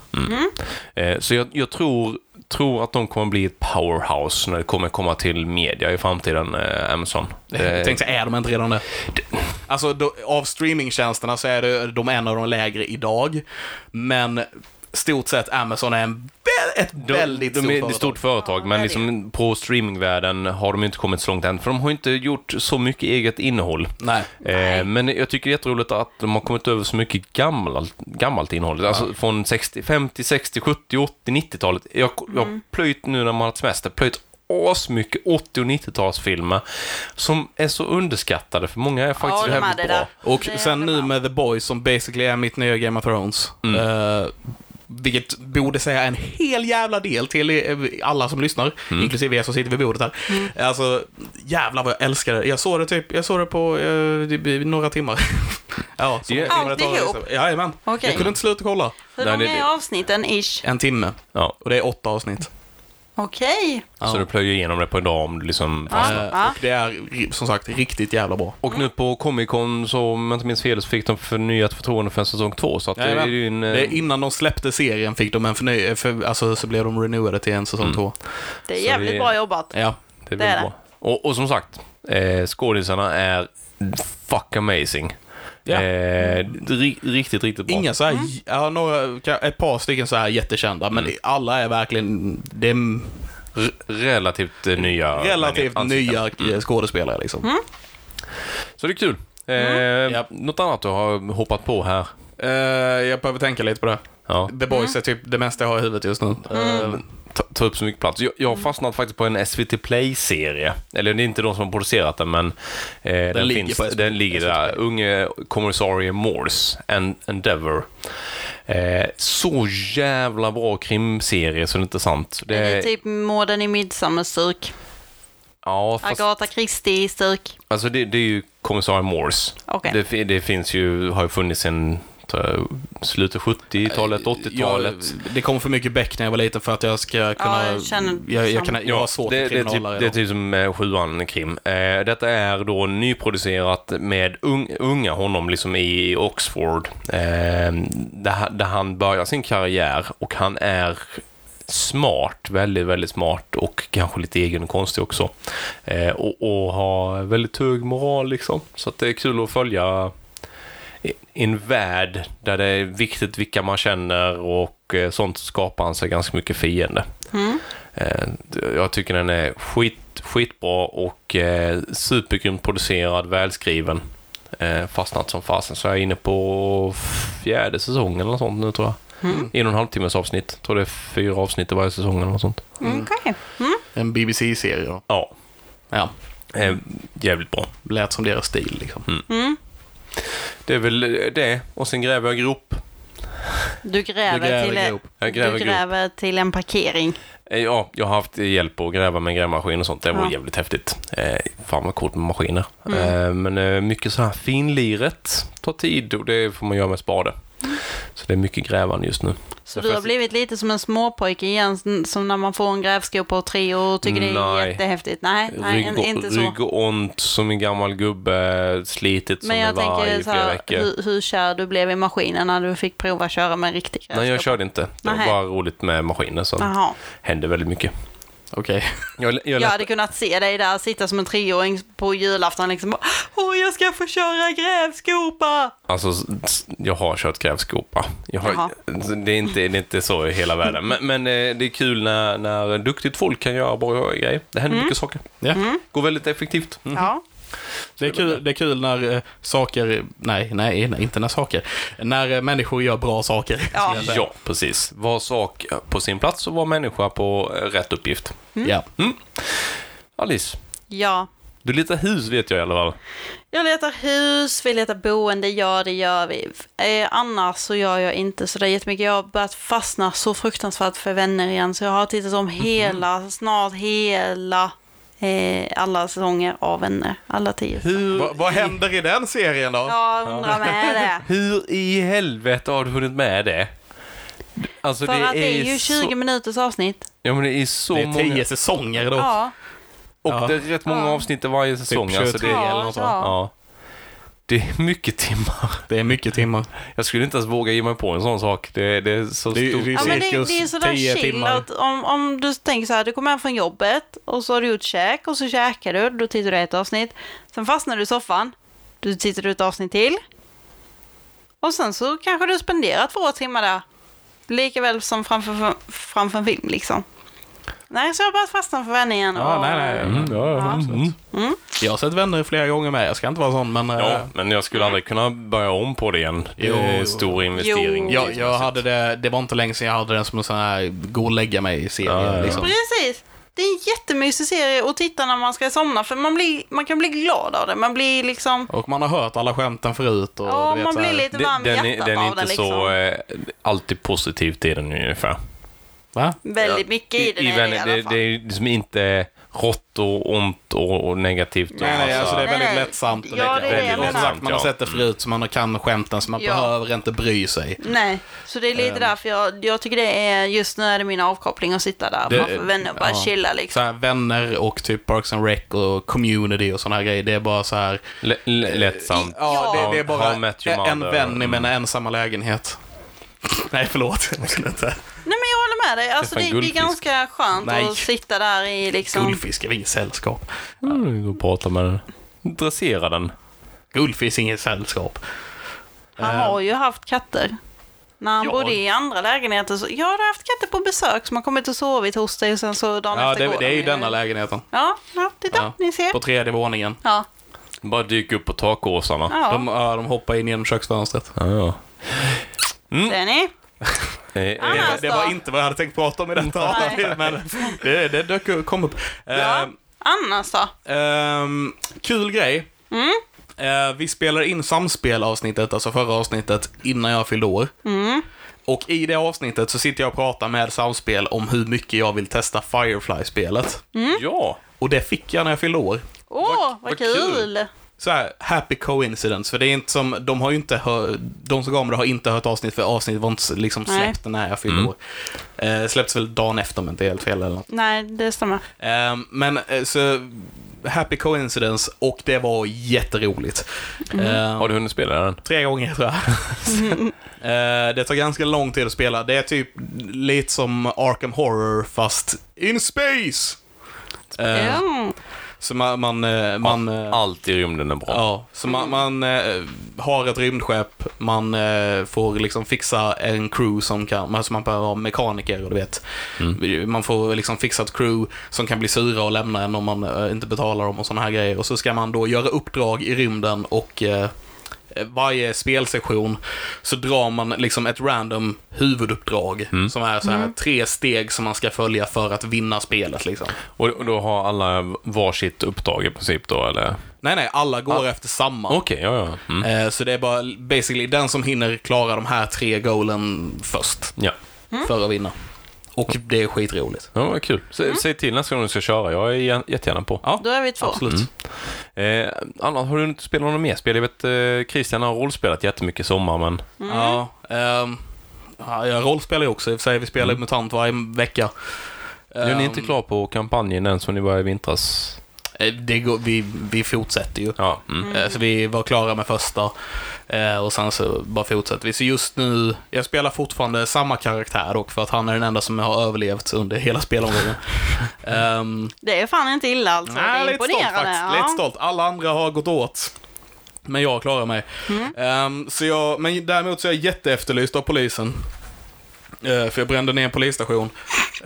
eh, så jag, jag tror, tror att de kommer bli ett powerhouse när det kommer komma till media i framtiden, eh, Amazon. Tänk så är de inte redan det. Alltså då, av streamingtjänsterna så är det, de en av de lägre idag. Men stort sett Amazon är en, vä- ett De, väldigt de stort är ett företag. stort företag, Ja, men det är liksom på streamingvärlden har de ju inte kommit så långt än, för de har ju inte gjort så mycket eget innehåll. Nej. Eh, men jag tycker det är jätteroligt att de har kommit över så mycket gammalt, gammalt innehåll. Alltså från 60, 50, 60, 70, 80, 90-talet. Jag jag har plöjt nu när man har haft semester, plöjt asmycket 80 och 90-talsfilmer som är så underskattade, för många är faktiskt de är jävligt det bra. där. Och Det sen är nu bra. med The Boys som basically är mitt nya Game of Thrones. Mm. Eh, vilket borde säga en hel jävla del till eh, alla som lyssnar, Mm. inklusive er som sitter vid bordet här. Mm. Alltså, jävlar vad jag älskar det. Jag såg det typ, jag såg det på eh, det blir några timmar. ja, så många Ja. timmar det tar. Alltihop? att läsa. Jajamän. Okej. Jag kunde inte sluta kolla. Hur Nej, långa det- är avsnitten ish? En timme. Ja, Och det är åtta avsnitt. Okej. Ja. Så du plöjer igenom det på en dag om du liksom Ja. Eh, och Det är ri- som sagt riktigt jävla bra. Och nu på Comic Con, så, om jag inte minns fel, så fick de förnyat förtroende för en säsong två. Så att det är Jajamän. ju en... eh, Det är innan de släppte serien fick de en förny... För, alltså så blev de renewade till en Mm. säsong två. Det är Så jävligt det- bra jobbat. Ja. Det är Det är väldigt det. bra. Och, och som sagt, eh, skådisarna är fuck amazing. Ja. Eh, ri, riktigt, riktigt bra. Inga så här, ja, några, ka- ett par stycken så här jättekända, men Mm. alla är verkligen, det är m- R- relativt eh, nya. relativt ansikten. Mm. nya eh, skådespelare liksom. Så det är kul. Eh, Mm. Japp. Något annat du har hoppat på här? Eh, jag behöver tänka lite på det. Ja. Mm. The Boys är typ det mesta jag har i huvudet just nu. Eh, Ta, ta upp så mycket plats. Jag, jag har fastnat faktiskt på en SVT Play-serie. Eller det är inte de som har producerat den, men eh, den, ligger finns, på SVT. den ligger där. Unge kommissarie Morse, en Endeavor. Eh, så jävla bra krimserie så det är inte sant. Det är Det, typ morden i midsommarstyrk. ja, fast, Agatha Christie-styrk. alltså det, det är ju kommissarie Morse. Okej. Det, fi- det finns ju, har ju funnits sedan tror jag, slutet av 70-talet, 80-talet. Eh, Jag, det kom för mycket bäck när jag var liten för att jag ska kunna... jag känner jag, jag, kan, samma. Eh, jag har svårt det, för det, är typ, kriminalare det är idag. typ som eh, sjuan krim. Eh, detta är då nyproducerat med un, unga honom liksom i Oxford. Eh, där, han- där han börjar sin karriär och han är smart, väldigt, väldigt smart och kanske lite egen och konstig också. Eh, och, och har väldigt hög moral liksom. Så att det är kul att följa i i en värld där det är viktigt vilka man känner och eh, sånt skapar han sig ganska mycket fiende. Eh, Jag tycker den är skit, skitbra och eh, supergrymt producerad, välskriven. Eh, fastnat som fasen. Så jag är inne på fjärde säsongen eller något sånt nu tror jag. En och en halv timmes avsnitt. Jag tror det är fyra avsnitt i varje säsong eller något sånt. Mm, Okej. typ- En BBC-serie då. Ja, Ja, eh, jävligt bra. lät som deras stil liksom. Mm. Det är väl eh, det. Och sen gräver jag grop. Du gräver, Du gräver till, en- grop. Jag gräver du grop. gräver till en parkering. Eh, Ja, jag har haft hjälp att gräva med en grävmaskin och sånt. Det var Ja. Mm. jävligt häftigt. Eh, fan vad coolt med maskiner. Eh, men eh, mycket så här finliret tar tid och det får man göra med spade. Så det är mycket grävande just nu. Så du har blivit lite som en småpojke igen, s- som när man får en grävskopa och tre och tycker det är Nej. jättehäftigt. Nej, nej Rygg, en- inte så. ryggont som en gammal gubbe, slitit som Men en jag varg tänker i så flera här, veckor. hur, hur kär du blev i maskinen när du fick prova att köra med en riktig grävskopa. Nej, jag körde inte. Det var Nähä. bara roligt med maskiner som Jaha. hände väldigt mycket. Okej. Jag, jag Jag lät, hade kunnat se dig där sitta som en treåring på julafton liksom. Åh, jag ska få köra grävskopa! Alltså, s- jag har kört grävskopa. Jag har, Jaha. det, är inte, det är inte så i hela världen. Men, men eh, det är kul när, när duktigt folk kan göra bra grejer. Det Mm. händer mycket saker. Ja. Går väldigt effektivt. Mm. Ja. Det är, kul, det är kul när eh, saker, nej, nej, nej, inte när saker, när eh, människor gör bra saker. Ja. skulle jag säga. Ja, precis. Var sak på sin plats och var människa på eh, rätt uppgift. ja. Mm. Alice, Ja. du letar hus vet jag i alla fall. Jag letar hus, vi letar boende, ja det gör vi. Eh, annars så gör jag inte så där jättemycket. Jag har börjat fastna så fruktansvärt för vänner igen så jag har tittat om hela, snart hela, eh, alla säsonger av vänner. Alla tio. Hur, Va, vad händer i den serien då? Jag undrar med det. hur i helvete har du hunnit med det? Alltså, För att det är ju 20 så, minuters avsnitt. ja, men det är så Det är tio många. säsonger då. Ja. Och Ja. det är rätt många avsnitt i varje säsong. alltså, det, 23 är, eller något sånt. Ja. ja. det är mycket timmar. Det är mycket timmar. Jag skulle inte ens våga ge mig på en sån sak. Det, det är så Det är- stort. det är Ja, men det, cirkus det är sådär 10 chill timmar. att om, om du tänker så här, du kommer hem från jobbet och så har du gjort käk och så käkar du, då tittar du ett avsnitt. Sen fastnar du i soffan, Du tittar ut avsnitt till. Och sen så kanske du spenderar två timmar där. Likaväl som framför, framför en film liksom. Nej, så jag har bara fastnat för vändningen. Ja, och- nej, nej. Mm, ja, ja, Mm. Jag har sett vänner flera gånger med. Jag ska inte vara sån, men... eh, Ja, men jag skulle aldrig kunna börja om på det igen. Det Jo, är jo. en stor investering. Jo. Jag, jag hade det, det var inte länge sedan jag hade den som en sån här gå och lägga mig serie. Ja, ja, ja. Liksom. Precis. Det är en jättemysig serie att titta när man ska somna för man, blir, man kan bli glad av det. Man blir liksom... Och man har hört alla skämten förut. Och, Ja, du vet, man så här- blir lite Den, varm den, i är- hjärtat den är av det inte liksom. så... Eh, alltid positivt i den ungefär. Va? Väldigt mycket i den i, vänner, det, i det, alla fall. det är ju liksom inte rått och ont och, och negativt. och Nej, nej, massa- alltså det är Nej, väldigt nej. lättsamt. Ja, det är det väldigt jag lättsamt. Som menar. sagt, man har Ja. sett det förut, så man kan skämten, så man Ja. behöver inte bry sig. Nej, så det är Ehm. lite därför jag, jag tycker det är, just nu är det min avkoppling att sitta där Det- framför vänner och bara ja. chilla Så liksom. här, vänner och typ Parks and Rec och community och sådana här grejer, det är bara så här... L- l- lättsamt. Ja, det, det är bara How I Met Your en Mother. vän i mina ensamma lägenhet. Nej, förlåt. Jag skulle inte. Nej men jag håller med dig, alltså, Träffa det, en det är guldfisk. ganska skönt Nej. att sitta där i liksom... Guldfisk är väl inget sällskap? Mm, gå och prata med den. Dressera den. Guldfisk är inget sällskap. Han har ju haft katter. När han Ehm. Ja. bodde i andra lägenheter så, jag har haft katter på besök som har kommit och sovit hos dig och sen så dagen Ja, efter det, går det är ju de denna lägenheten. Ja, ja titta, Ja. ni ser. På tredje våningen. Ja, Bara dyka upp på takåsarna. ja. De, ja, de hoppar in genom köksfönstret. Ja, ja. Mm. ser ni? Eh, eh, Annars Det, det var då? inte vad jag hade tänkt prata om i detta avsnitt, men det, det dök upp, kom upp. Ja. Eh, Annars då? Ehm, kul grej. Eh, vi spelar in samspelavsnittet, alltså förra avsnittet, innan jag fyllde år. Och i det avsnittet så sitter jag och pratar med Samspel om hur mycket jag vill testa Firefly-spelet. Mm. Ja. Och det fick jag när jag fyllde år. Åh, vad, vad kul! kul. Så här, happy coincidence, för det är inte som, de har ju inte hört, de som gav mig det har inte hört avsnitt, för avsnittet var inte liksom Nej. släppt när jag fyllde år. Eh, släpps väl dagen efter om jag inte är helt fel eller något. Nej, det stämmer. Ehm, men eh, så, happy coincidence och det var jätteroligt. Ehm, Har du hunnit spela den? Tre gånger tror jag. Eh, det tar ganska lång tid att spela. Det är typ lite som Arkham Horror fast in space! Eh, Ja. Så man... man, eh, man eh, Allt i rymden är bra. Ja, så man, man eh, har ett rymdskepp, man eh, får liksom fixa en crew som kan, alltså man behöver ha mekaniker och du vet. Man får liksom fixa ett crew som kan bli sura och lämna en om man eh, inte betalar dem och sådana här grejer. Och så ska man då göra uppdrag i rymden och eh, varje spelsession så drar man liksom ett random huvuduppdrag som är så här tre steg som man ska följa för att vinna spelet liksom. Och, och då har alla varsitt uppdrag i princip då, eller? Nej, nej, alla går efter samma. Okej, ja, ja. Mm. Eh, Så det är bara basically den som hinner klara de här tre goalen först Ja. för att vinna. Och det är skitroligt. Ja, vad kul. Sä, Säg till nästa gång du ska köra. Jag är jä- jättegärna på. Ja, Då är vi två. absolut. Eh, annars har du inte spelat några mer spel? Jag vet eh, Christian har rollspelat jättemycket i sommar, men... Ja, ehm, ja, jag rollspelar ju också i och för sig. Vi spelar ju MUTANT varje vecka. Mm. Nu är Ehm, ni inte klara på kampanjen än som ni var i vintras. eh, det går, vi, vi fortsätter ju. Ja. Mm. Eh, Så vi var klara med första eh, och sen så bara fortsätter vi. Så just nu, jag spelar fortfarande samma karaktär dock för att han är den enda som har överlevt under hela spelomgången. Ehm, Det är fan inte illa alltså. det är lite stolt imponerande. faktiskt. ja. Lite stolt. Alla andra har gått åt. Men jag klarar mig. Mm. Ehm, så jag, men däremot så är jag jätteefterlyst av polisen. Eh, för jag brände ner en polisstation.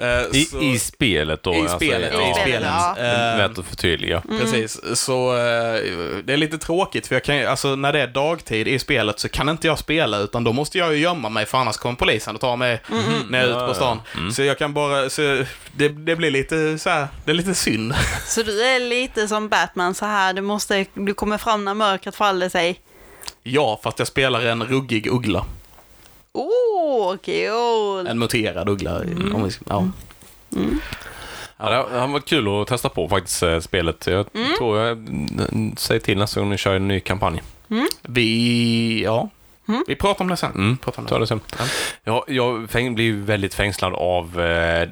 Eh, I, så- I spelet Mm, då? alltså, i spelet. ja. I spelet. Ja. Ehm, Värt att förtydliga. Precis, så eh, det är lite tråkigt för jag kan ju- alltså när det är dagtid i spelet så kan inte jag spela utan då måste jag ju gömma mig för annars kommer polisen och tar mig Mm. när jag är ute på stan. Så jag kan bara, så det, det blir lite så här, det är lite synd. Så du är lite som Batman så här, du måste, du kommer fram när mörkret faller sig. ja, fast jag spelar en ruggig uggla. Åh, oh, kul! En muterad uggla. Om vi, ja. Ja, det har- det har varit kul att testa på faktiskt, eh, spelet. Jag tror jag... n- Säg till nästa gång ni kör en ny kampanj. Vi, ja. vi pratar om det sen. Pratar om Ta det. det sen. Ja, jag fäng, blir ju väldigt fängslad av eh,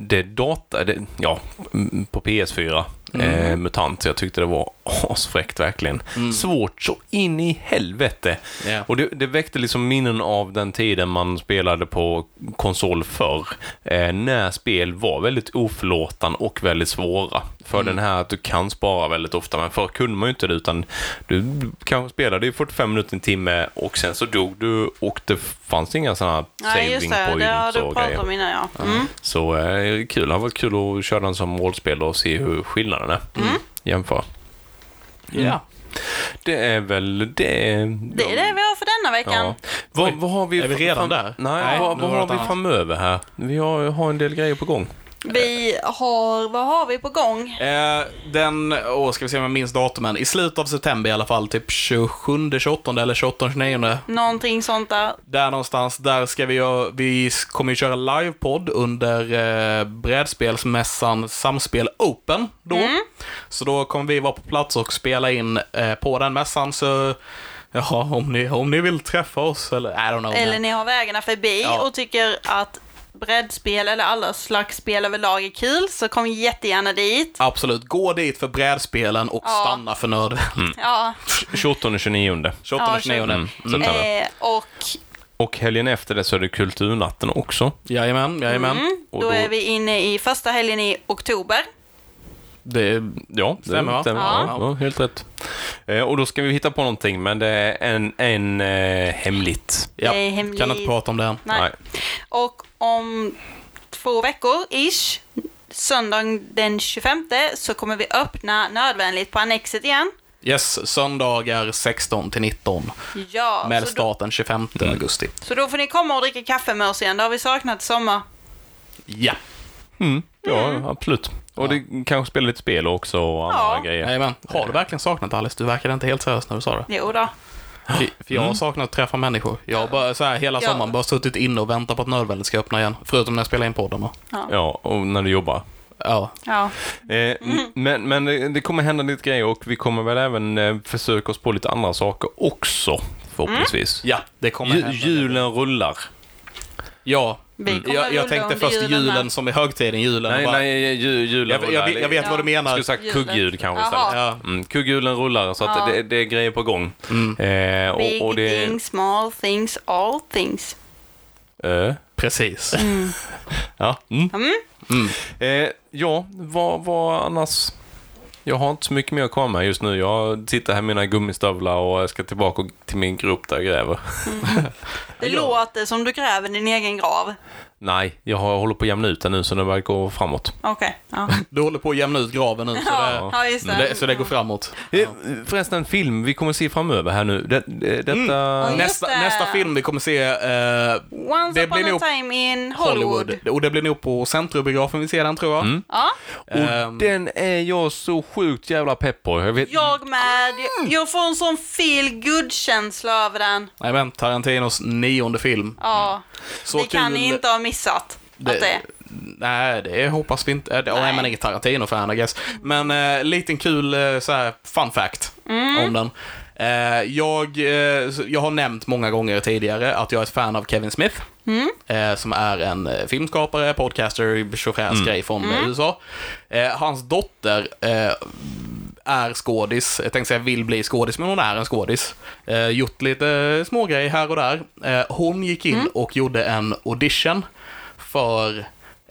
det data... Det, ja, m- på PS4. Eh, MUTANT. Jag tyckte det var asfräckt verkligen. Svårt så in i helvete. Ja. Och det, det väckte liksom minnen av den tiden man spelade på konsol förr. Eh, när spel var väldigt oförlåtande och väldigt svåra. för Mm. den här att du kan spara väldigt ofta, men förr kunde man ju inte det utan du kanske spelade i 45 minuter, en timme och sen så dog du och det fanns inga sådana Nej, saving just det. Det har points du och pratat om grejer. innan, ja. Mm. Så eh, kul, det har varit kul att köra den som rollspel och se hur skillnaden är. Mm. Jämföra. Ja. Det är väl det. Det är det vi har för denna veckan. Ja. Vad, vad har vi Är vi fr- redan fram- där? Nej, Nej, vad, nu vad var det har vi annat. framöver här? Vi har, har en del grejer på gång. Vi har, vad har vi på gång? Eh, den, åh, ska vi se om jag minns datumen. I slutet av september i alla fall, typ 27, 28 eller 28, 29. Någonting sånt där. Där någonstans, där ska vi göra, vi kommer ju köra livepodd under eh, brädspelsmässan Samspel Open då. Mm. Så då kommer vi vara på plats och spela in eh, på den mässan så, ja, om ni, om ni vill träffa oss eller, I don't know. Eller ni har vägarna förbi Ja. och tycker att brädspel eller alla slags spel överlag är kul, så kom jättegärna dit. Absolut, gå dit för brädspelen och Ja. stanna för nöden. Ja. 28 och 29. 28 Ja, 29. Mm, Mm. september. Eh, och Och helgen efter det så är det kulturnatten också. Jajamän, jajamän. mm, och då då- är vi inne i första helgen i oktober. Det, Ja, det Stämmer, va? stämmer. Ja. Ja. ja, helt rätt. Eh, och då ska vi hitta på någonting, men det är en, en eh, hemligt. ja, Det är hemligt. kan inte prata om det än. Nej. Och om två veckor, ish, söndagen den 25 så kommer vi öppna nödvändigt på Annexet igen. Yes, söndagar 16 till 19 Ja, med så då, starten 25 augusti. så då får ni komma och dricka kaffe med oss igen. Det har vi saknat i sommar. Ja, Mm, ja, absolut. Och det kanske spelar lite spel också och andra Ja. grejer. jajamän. Har du verkligen saknat Alice? Du verkade inte helt seriös när du sa det. Mm. Jo då. För- För jag har saknat att träffa människor. Jag har bara, så här, hela Ja. sommaren bara suttit inne och väntat på att nödvändigt ska öppna igen. Förutom när jag spelar in podden. va? Ja, och när du jobbar. Ja. Ja. Eh, Mm. Men, men det, det kommer hända lite grejer och vi kommer väl även eh, försöka oss på lite andra saker också, förhoppningsvis. ja, det kommer Ju, hända. julen rullar. Ja. Mm. Vi kommer Jag, jag rulla tänkte under först julen julen med. som är högtiden, julen. och Nej, bara, nej, ju, julen jag, jag, rullar. jag, jag vet Ja. vad du Jag menar. skulle sagt Julen. kugghjul kanske Jaha. istället. Ja. Mm. Mm, kugghjulen rullar, så att Ja. det, det är grejer på gång. Eh, Big och, och det, things, small things, all things. eh, Precis. Mm. ja. Mm. Eh, ja, vad, vad annars? Jag har inte så mycket mer att komma med just nu. Jag sitter här med mina gummistövlar och jag ska tillbaka till min grop där jag gräver. Det låter som du gräver din egen grav. Nej, jag, har, jag håller på att jämna ut den nu så den verkar gå framåt. Okej. Ja. Du håller på att jämna ut graven nu, så Ja. det, Mm. ja, just det. det, så det går framåt. Eh, Förresten, film vi kommer se framöver här nu. Det, det, detta... Oj. just Mm. Nästa, det. nästa film vi kommer se eh, Once Det upon blir a nog time in Hollywood. Hollywood. Och det blir nog på Centrumbiografen vi ser den tror jag. Ja. Mm. Och Ehm. den är jag så sjukt jävla pepp på. Jag vet, Jag med. Jag- Jag får en sån feel good känsla över den. Nej men, Tarantinos nionde film. Ja. Mm. Så det kan ni inte ha missat. Att det... Nej, det hoppas vi inte. Nej, nej Nej. man är ingen Tarantino-fan I guess. Men eh, liten kul eh, så här, fun fact Mm. om den. Eh, jag, eh, så- jag har nämnt många gånger tidigare att jag är ett fan av Kevin Smith. Mm. Eh, som är en eh, filmskapare, podcaster, tjofräsgrej från eh, Mm. USA. Eh, hans dotter eh, är skådis, jag tänkte säga vill bli skådis, men hon är en skådis. Eh, gjort lite eh, smågrejer här och där. Eh, hon gick in och gjorde en audition för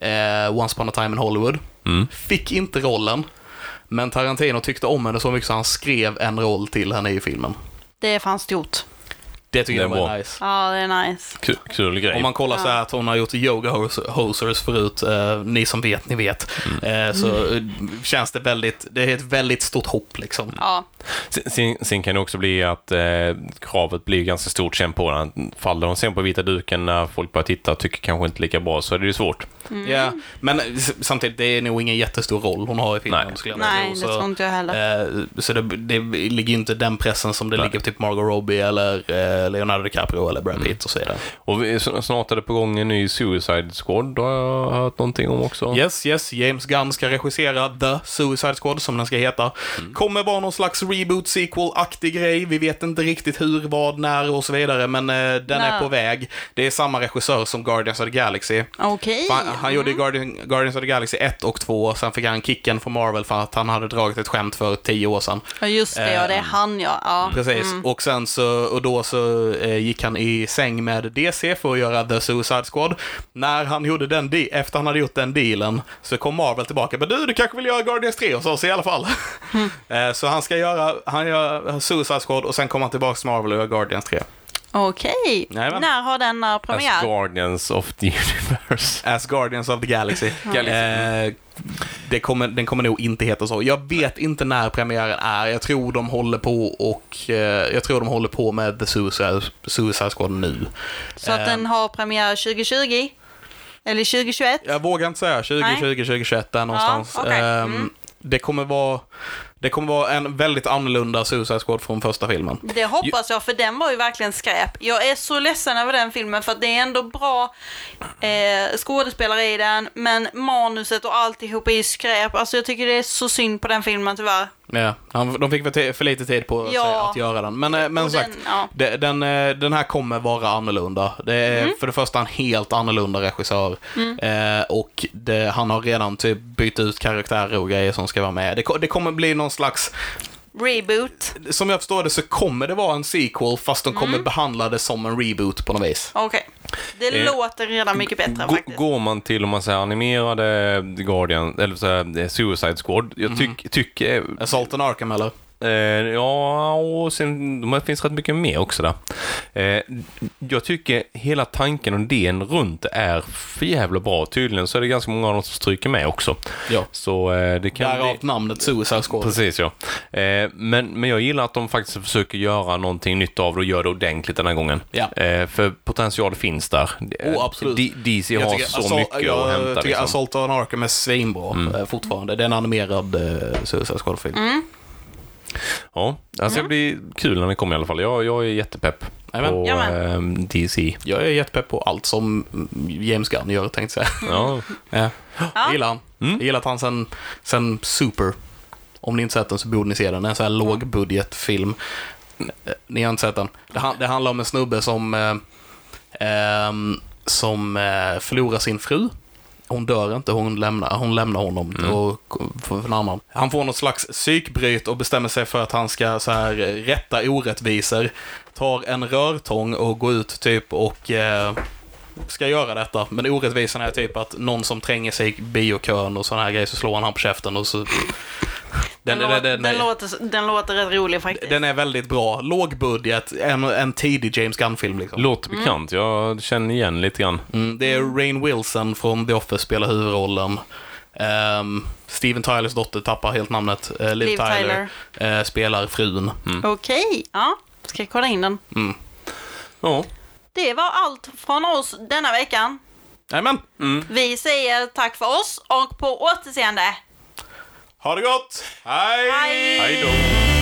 eh, Once upon a time in Hollywood. Mm. Fick inte rollen, men Tarantino tyckte om henne så mycket så han skrev en roll till henne i filmen. det är fan stort. Det tycker Det jag är var bra. nice. Ja, det är nice. kul, kul grej. Om man kollar så här att hon har gjort yoga hos- hosers förut, eh, ni som vet, ni vet, Mm. eh, så eh, känns det väldigt, det är ett väldigt stort hopp liksom. Ja. Sen- Sen, sen kan det också bli att eh, kravet blir ganska stort sen på den. Faller de sen på vita duken när folk börjar titta och tycker kanske inte lika bra så är det ju svårt. Ja, Mm. men s- samtidigt, det är nog ingen jättestor roll hon har i filmen. Nej. skulle jag Nej, tro, det tror inte jag heller. eh, så det, det ligger ju inte den pressen som det Nej. ligger på typ Margot Robbie eller eh, Leonardo DiCaprio eller Brad Pitt och så vidare. Och vi, så- snart är det på gång en ny Suicide Squad har jag hört någonting om också. Yes, yes, James Gunn ska regissera The Suicide Squad, som den ska heta. Mm. Kommer vara någon slags reboot, sequel-aktig grej. Vi vet inte riktigt hur, vad, när och så vidare, men eh, den är Nej. på väg. Det är samma regissör som Guardians of the Galaxy. Okej. För Han, Eh, han gjorde Guardian, Guardians of the Galaxy 1 och 2, sen fick han kicken från Marvel för att han hade dragit ett skämt för tio år sedan. Eh, Ja, Mm. just det. Ja, det är han ja. ja. Precis, och sen så, och då så så eh, gick han i säng med DC för att göra The Suicide Squad. När han gjorde den de- efter han hade gjort den dealen så kom Marvel tillbaka. Men du, du kanske vill göra Guardians 3 hos oss i alla fall. Eh, så han ska göra, han gör Suicide Squad och sen kommer han tillbaka till Marvel och gör Guardians 3. Okej. Jajamän. När har denna premiär? As Guardians of the Universe. As Guardians of the Galaxy. Galaxy. Eh, det kommer, den kommer nog inte heta så. Jag vet inte när premiären är. Jag tror de håller på och eh, jag tror de håller på med The Suicide, Suicide Squad nu. Så att Eh, den har premiär 2020? Eller 2021? Jag vågar inte säga 2020, Nej. 2021 där någonstans. okej. Ehm, Mm. Det kommer vara det kommer vara en väldigt annorlunda Suicide Squad från första filmen. Det hoppas jag, för den var ju verkligen skräp. Jag är så ledsen över den filmen, för att det är ändå bra eh, skådespelare i den, men manuset och alltihop är ju skräp. Alltså jag tycker det är så synd på den filmen tyvärr. Ja, han- de fick väl te- för lite tid på sig Ja. att göra den. Men, eh, men Och som den- sagt, ja. de- den, eh, den här kommer vara annorlunda. Det är Mm. för det första en helt annorlunda regissör. Eh, och det, han har redan typ bytt ut karaktärer och grejer som ska vara med. Det, ko- det kommer bli någon slags Reboot. som jag förstår det så kommer det vara en sequel fast de Mm. kommer behandla det som en reboot på något vis. Okej. Det Eh, låter redan mycket bättre Gå- faktiskt. Går man till, om man säger animerade Guardian, eller så här, eh, Suicide Squad, jag Mm. tycker... Tyck, eh, Assault on Arkham eller? eh, ja, och sen de här finns rätt mycket mer också där. Eh, jag tycker hela tanken och idén runt det är för jävla bra. Tydligen så är det ganska många av dem som stryker med också. Ja. Så eh, det kan Därav bli... namnet Suicide Squad. Precis ja. Eh, men, men jag gillar att de faktiskt försöker göra någonting nytt av det och gör det ordentligt den här gången. Ja. Eh, för potential finns där. Eh, Oh, absolut. D- DC har så Assault- mycket jag att hämta. tycker alltså- Liksom. Mm. Assault on Arkham är svinbra eh, fortfarande. Det är en animerad eh, Suicide Mm. Squad-film. Ja, alltså det blir kul när det kommer i alla fall. Jag, jag är jättepepp Jajamän. på Jajamän. ehm, DC. Jag är jättepepp på allt som James Gunn gör, tänkte jag säga. Ja. Ja. Jag Ja. gillar han. Jag gillar att han sen, sen Super, om ni inte sett den så borde ni se den, Det är en sån här lågbudgetfilm. Eh, Ni har inte sett den. Det, han- det handlar om en snubbe som, eh, ehm, som eh, förlorar sin fru. Hon dör inte, hon lämnar, hon lämnar honom och, för, för en annan. Han får något slags psykbryt och bestämmer sig för att han ska så här, eh, rätta orättvisor. Tar en rörtång och går ut typ och eh, ska göra detta. Men orättvisan är typ att någon som tränger sig i biokön och sådana här grejer så slår han han på käften och så... Den, den, Den, lå- den, den, den, låter, så- den låter rätt rolig faktiskt. den är väldigt bra. Låg budget, en, en tidig James Gunn-film liksom. Låter bekant. Jag känner igen lite grann. Mm, det är Rain Wilson från The Office spelar huvudrollen. Ehm, Steven Tylers dotter tappar helt namnet. Eh, Liv, Liv Tyler, Mm. eh, spelar frun. Okej, ja. Ska jag kolla in den. Ja. Det var allt från oss denna veckan. Jajamän! Vi säger tack för oss och på återseende. Ha det gott! Hej! Hej! Hej då.